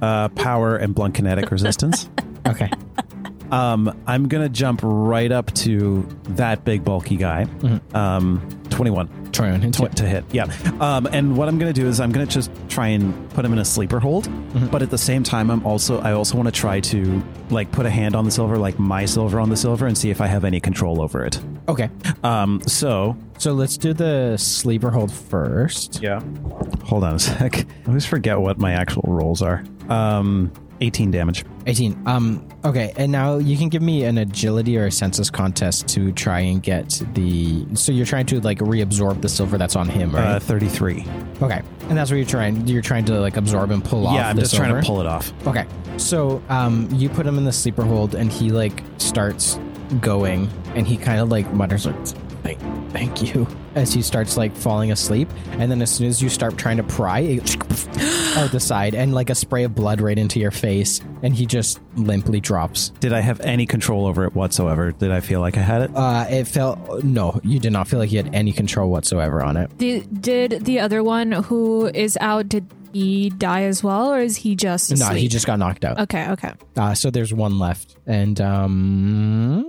Speaker 7: uh, power, and blunt kinetic resistance.
Speaker 1: Okay.
Speaker 7: Um, I'm gonna jump right up to that big bulky guy. Um, 21
Speaker 1: Troy, on hits
Speaker 7: tw-
Speaker 1: you.
Speaker 7: to hit. Yeah. Um, and what I'm gonna do is I'm gonna just try and put him in a sleeper hold.
Speaker 1: Mm-hmm.
Speaker 7: But at the same time, I'm also I also want to try to like put a hand on the silver, like my silver on the silver, and see if I have any control over it.
Speaker 1: Okay.
Speaker 7: Um, so
Speaker 1: So let's do the sleeper hold first.
Speaker 7: yeah. Hold on a sec. I always forget what my actual rolls are. Um, 18 damage.
Speaker 1: 18. Um. Okay, and now you can give me an agility or a census contest to try and get the. So you're trying to like reabsorb the silver that's on him, right?
Speaker 7: Uh, 33.
Speaker 1: Okay, and that's what you're trying. You're trying to like absorb and pull off.
Speaker 7: yeah, I'm
Speaker 1: the
Speaker 7: just trying to
Speaker 1: silver?
Speaker 7: pull it off.
Speaker 1: Okay, so um, you put him in the sleeper hold, and he like starts going, and he kind of like mutters like, "Thank, thank you," as he starts like falling asleep, and then as soon as you start trying to pry, it out the side, and like a spray of blood right into your face, and he just limply drops.
Speaker 7: Did I have any control over it whatsoever? Did I feel like I had it?
Speaker 1: Uh, it felt no, you did not feel like you had any control whatsoever on it.
Speaker 6: Did, did the other one who is out, did he die as well, or is he just
Speaker 1: No,
Speaker 6: asleep?
Speaker 1: he just got knocked out.
Speaker 6: Okay, okay.
Speaker 1: Uh, so there's one left, and um,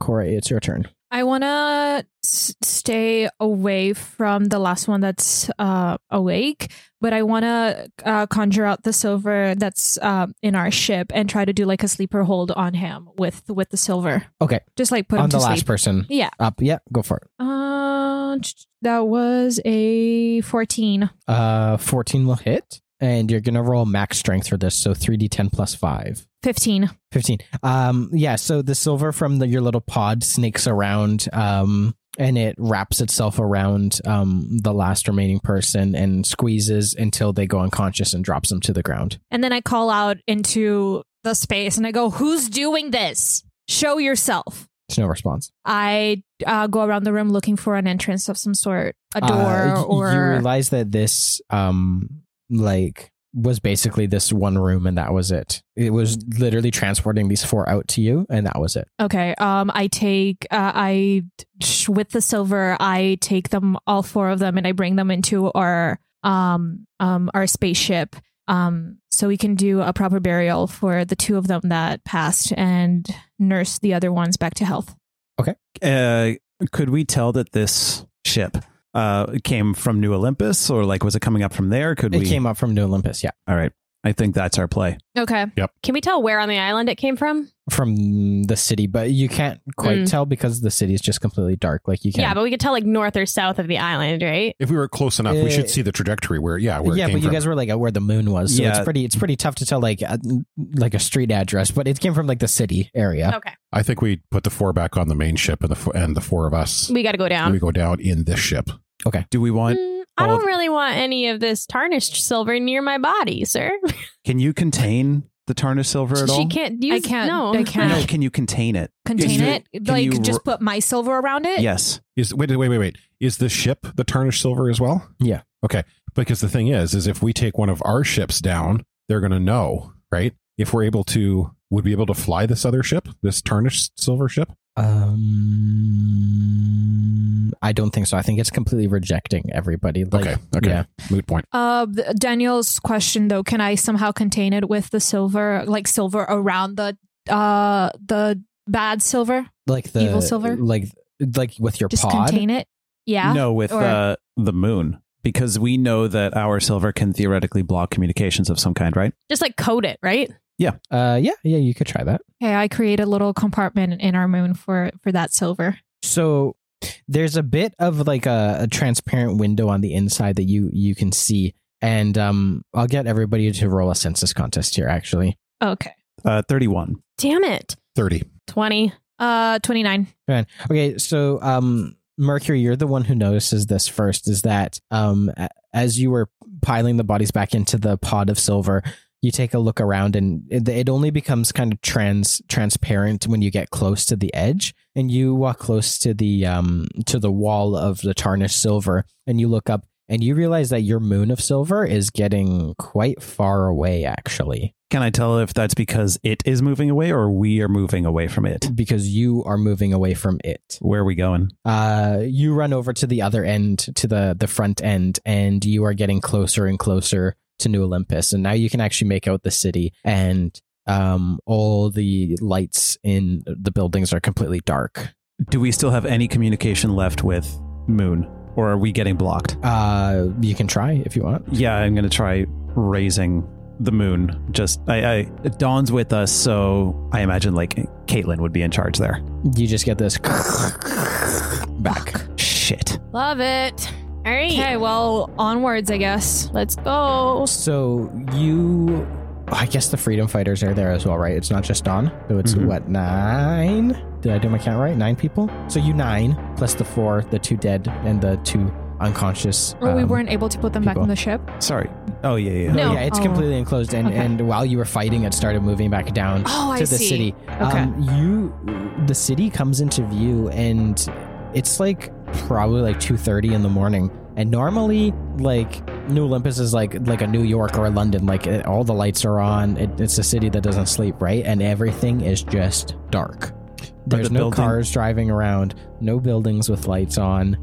Speaker 1: Corey, it's your turn.
Speaker 6: I want to s- stay away from the last one that's uh, awake, but I want to uh, conjure out the silver that's um, in our ship and try to do like a sleeper hold on him with with the silver.
Speaker 1: Okay,
Speaker 6: Just like put him
Speaker 1: on
Speaker 6: to
Speaker 1: the
Speaker 6: sleep.
Speaker 1: last person
Speaker 6: Yeah.
Speaker 1: up. Yeah, go for it.
Speaker 6: Uh, that was a 14.
Speaker 1: Uh, 14 will hit, and you're gonna roll max strength for this. So 3d10 plus five.
Speaker 6: 15.
Speaker 1: 15 um yeah so the silver from the, your little pod snakes around um and it wraps itself around um the last remaining person and squeezes until they go unconscious and drops them to the ground
Speaker 6: And then I call out into the space and I go, Who's doing this? Show yourself.
Speaker 1: it's no response
Speaker 6: I uh, go around the room looking for an entrance of some sort, a door
Speaker 1: Uh, y-
Speaker 6: or.
Speaker 1: you realize that this um like was basically this one room and that was it it was literally transporting these four out to you and that was it
Speaker 6: Okay. Um, I take uh, I sh- with the silver. I take them all four of them, and I bring them into our um um our spaceship. Um, so we can do a proper burial for the two of them that passed, and nurse the other ones back to health.
Speaker 7: Uh, could we tell that this ship uh, came from New Olympus, or like was it coming up from there? Could
Speaker 1: it
Speaker 7: we?
Speaker 1: came up from new olympus yeah
Speaker 7: All right, I think that's our play.
Speaker 6: Okay.
Speaker 4: Can we tell where on the island it came from?
Speaker 1: from the city but you can't quite
Speaker 4: Mm.
Speaker 1: tell because the city is just completely dark like you can't
Speaker 4: Yeah, but we could tell like north or south of the island, right?
Speaker 2: If we were close enough, we
Speaker 1: Uh,
Speaker 2: should see the trajectory where yeah where
Speaker 1: yeah,
Speaker 2: it came
Speaker 1: but you
Speaker 2: from.
Speaker 1: guys were like at where the moon was, so it's
Speaker 7: Yeah.
Speaker 1: pretty. It's pretty tough to tell like a, like a street address, but it came from like the city area.
Speaker 4: Okay,
Speaker 2: I think we put the four back on the main ship and the fo- and the four of us
Speaker 4: we got to go down.
Speaker 2: we go down in this ship.
Speaker 7: Do we want?
Speaker 4: Mm, I don't really want any of this tarnished silver near my body, sir.
Speaker 7: Can you contain the tarnished silver at all?
Speaker 4: She can't use.
Speaker 6: I can't-
Speaker 4: No,
Speaker 6: I can't.
Speaker 7: No, can you contain it?
Speaker 6: Contain
Speaker 7: you-
Speaker 6: it.
Speaker 7: can
Speaker 6: Like
Speaker 7: you
Speaker 6: just
Speaker 7: ro-
Speaker 6: put my silver around it.
Speaker 7: Yes.
Speaker 2: Is wait wait wait wait is the ship the tarnished silver as well?
Speaker 1: Yeah.
Speaker 2: Okay. Because the thing is, is if we take one of our ships down, they're going to know, right? If we're able to, would we be able to fly this other ship, this tarnished silver ship?
Speaker 1: Um, I don't think so. I think it's completely rejecting everybody. Like,
Speaker 2: okay. Okay.
Speaker 1: yeah.
Speaker 2: Moot point.
Speaker 6: Uh, th- Daniel's question though, can I somehow contain it with the silver, like silver around the uh the bad silver?
Speaker 1: Like the
Speaker 6: Evil silver?
Speaker 1: Like like with your
Speaker 6: Just
Speaker 1: pod.
Speaker 6: contain it. Yeah.
Speaker 7: no, with
Speaker 6: or-
Speaker 7: uh, the moon because we know that our silver can theoretically block communications of some kind, right?
Speaker 4: Just like code it, right?
Speaker 1: uh, yeah, yeah, you could try that.
Speaker 6: Okay, I create a little compartment in our moon for for that silver.
Speaker 1: So there's a bit of like a, a transparent window on the inside that you you can see, and um, I'll get everybody to roll a census contest here. Actually,
Speaker 6: Okay.
Speaker 7: Uh, Thirty-one.
Speaker 4: Damn it.
Speaker 2: 30.
Speaker 4: 20.
Speaker 6: Uh, twenty nine.
Speaker 1: okay, so um, Mercury, you're the one who notices this first. Is that um, a- as you were piling the bodies back into the pod of silver. You take a look around, and it, it only becomes kind of trans transparent when you get close to the edge. And you walk close to the um to the wall of the tarnished silver, and you look up, and you realize that your moon of silver is getting quite far away, actually,
Speaker 7: Can I tell if that's because it is moving away or we are moving away from it?
Speaker 1: because you are moving away from it.
Speaker 7: Where are we going?
Speaker 1: uh, you run over to the other end, to the the front end, and you are getting closer and closer to New Olympus, and now you can actually make out the city, and um, all the lights in the buildings are completely dark.
Speaker 7: Do we still have any communication left with Moon or are we getting blocked?
Speaker 1: Uh, you can try if you want.
Speaker 7: Yeah, I'm going to try raising the moon. Just, I, I, it dawns with us, so I imagine like Caitlin would be in charge there.
Speaker 1: You just get this back.
Speaker 7: Shit.
Speaker 4: Love it. All right.
Speaker 6: Okay, well, onwards, I guess.
Speaker 4: Let's go.
Speaker 1: So you, I guess the Freedom Fighters are there as well, right? It's not just Dawn. So it's
Speaker 7: Mhm.
Speaker 1: what nine? Did I do my count right? Nine people. So you nine plus the four, the two dead, and the two unconscious.
Speaker 6: Or Oh, we
Speaker 1: um,
Speaker 6: weren't able to put them back
Speaker 1: people.
Speaker 6: on the ship.
Speaker 7: Sorry. Oh, yeah, yeah.
Speaker 1: No,
Speaker 6: No.
Speaker 1: yeah, it's
Speaker 6: Oh.
Speaker 1: completely enclosed, and
Speaker 6: Okay.
Speaker 1: and while you were fighting, it started moving back down
Speaker 6: Oh,
Speaker 1: to the
Speaker 6: I see.
Speaker 1: city.
Speaker 6: Okay.
Speaker 1: Um, you, the city comes into view, and it's like probably like two thirty in the morning. And normally, like New Olympus is like like a New York or a London. Like it, all the lights are on. It, it's a city that doesn't sleep, right? And everything is just dark.
Speaker 7: But
Speaker 1: There's
Speaker 7: the
Speaker 1: no
Speaker 7: building-
Speaker 1: cars driving around, no buildings with lights on.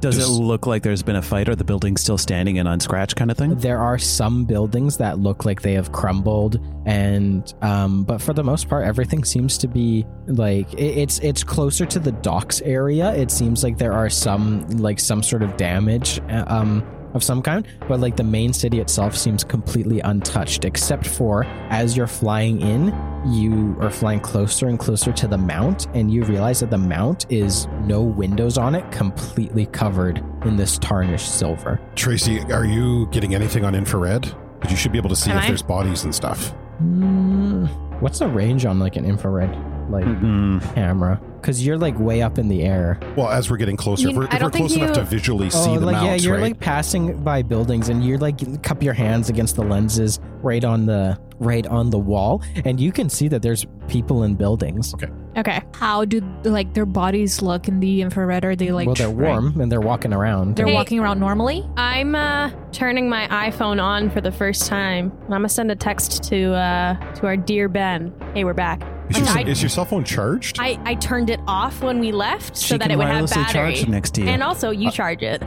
Speaker 7: Does
Speaker 2: Just-
Speaker 7: it look like there's been a fight or the building's still standing and unscratched kind of thing?
Speaker 1: There are some buildings that look like they have crumbled, and um, but for the most part, everything seems to be like i- it's it's closer to the docks area. It seems like there are some like some sort of damage. uh, Um, of some kind, but like the main city itself seems completely untouched, except for as you're flying in, you are flying closer and closer to the mount, and you realize that the mount is no windows on it, completely covered in this tarnished silver.
Speaker 2: Tracy, are you getting anything on infrared? But you should be able to see
Speaker 4: Am
Speaker 2: if
Speaker 4: I?
Speaker 2: there's bodies and stuff.
Speaker 1: Mm, what's the range on like an infrared like
Speaker 7: Mm-mm.
Speaker 1: camera? Because you're like way up in the air.
Speaker 2: Well, as we're getting closer,
Speaker 4: You-
Speaker 2: if we're,
Speaker 4: I
Speaker 2: if we're
Speaker 4: don't think
Speaker 2: close enough to
Speaker 4: you-
Speaker 2: visually see the
Speaker 1: Oh, like yeah,
Speaker 2: mounts,
Speaker 1: you're
Speaker 2: right?
Speaker 1: like passing by buildings, and you're like cup your hands against the lenses right on the right on the wall, and you can see that there's people in buildings.
Speaker 4: Okay.
Speaker 6: How do like their bodies look in the infrared? Are they like
Speaker 1: well, they're warm and they're walking around.
Speaker 6: They're
Speaker 4: Hey.
Speaker 6: walking around normally.
Speaker 4: I'm uh, turning my iPhone on for the first time. I'm gonna send a text to uh, to our dear Ben. Hey, we're back.
Speaker 2: is, your,
Speaker 4: I-
Speaker 2: is your cell phone charged?
Speaker 4: I, I turned it off when we left
Speaker 7: She
Speaker 4: so that
Speaker 7: can
Speaker 4: it would have
Speaker 7: wirelessly
Speaker 4: battery.
Speaker 7: charge Uh, next to you.
Speaker 4: And also, you charge it.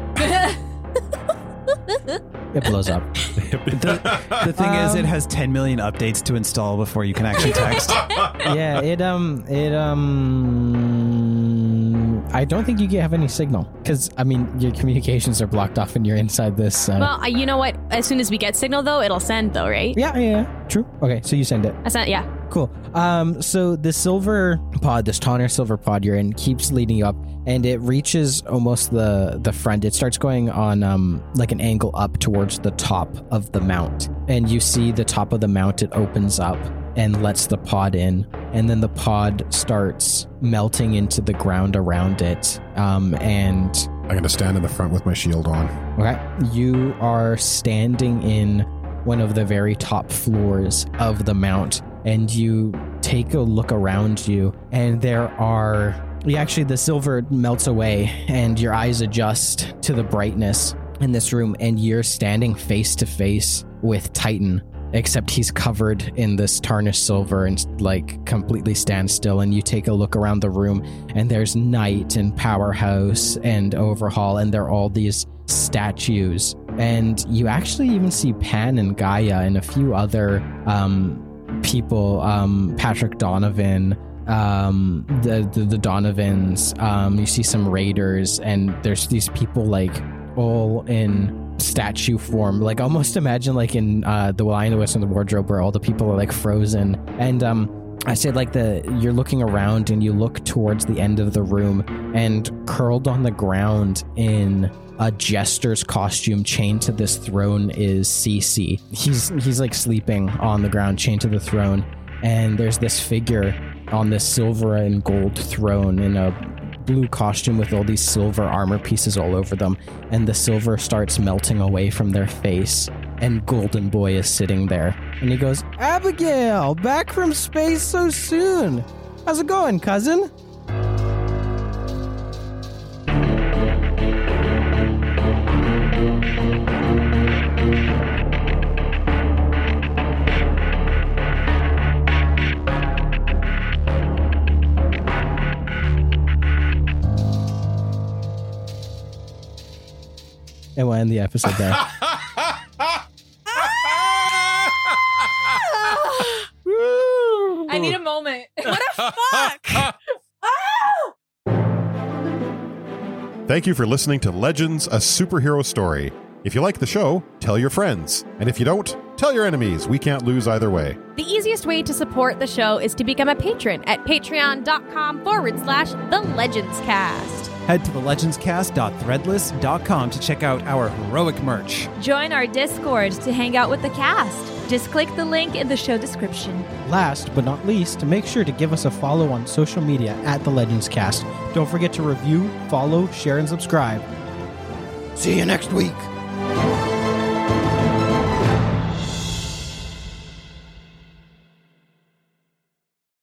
Speaker 1: it blows up.
Speaker 7: The thing is,
Speaker 1: Um,
Speaker 7: it has 10 million updates to install before you can actually text.
Speaker 1: yeah, it um it um. I don't think you get- have any signal because I mean your communications are blocked off, and you're inside this. Uh,
Speaker 4: Well, uh, you know what? As soon as we get signal, though, it'll send, though, right?
Speaker 1: yeah, yeah, yeah, true. Okay, so you send it.
Speaker 4: I sent, yeah.
Speaker 1: Cool. Um, so the silver pod, this Tonner silver pod you're in, keeps leading you up, and it reaches almost the the front. It starts going on um like an angle up towards the top of the mount, and you see the top of the mount. It opens up and lets the pod in, and then the pod starts melting into the ground around it. Um, and
Speaker 2: I'm going to stand in the front with my shield on.
Speaker 1: Okay. You are standing in one of the very top floors of the mount, and you take a look around you, and there are. yeah, Actually, the silver melts away, and your eyes adjust to the brightness in this room, and you're standing face to face with Titan. except he's covered in this tarnished silver and like completely stands still and you take a look around the room and there's knight and powerhouse and overhaul and they're all these statues and you actually even see pan and gaia and a few other um, people um, patrick donovan um, the, the the donovans um, you see some raiders and there's these people like all in statue form like almost imagine like in uh, the lion the west and the wardrobe where all the people are like frozen and um I said like the you're looking around and you look towards the end of the room and curled on the ground in a jester's costume chained to this throne is Cece. He's he's like sleeping on the ground chained to the throne and there's this figure on this silver and gold throne in a blue costume with all these silver armor pieces all over them and the silver starts melting away from their face and golden boy is sitting there and he goes abigail back from space so soon how's it going cousin and we'll end the episode there
Speaker 6: I need a moment. What a fuck! Ah!
Speaker 5: Thank you for listening to Legends, a superhero story. If you like the show, tell your friends. And if you don't, tell your enemies. We can't lose either way.
Speaker 4: The easiest way to support the show is to become a patron at patreon.com forward slash the Legends Cast.
Speaker 7: Head to the legendscast.threadless.com to check out our heroic merch.
Speaker 4: Join our Discord to hang out with the cast. Just click the link in the show description.
Speaker 1: Last but not least, make sure to give us a follow on social media at The Legends Cast. Don't forget to review, follow, share, and subscribe. See you next week.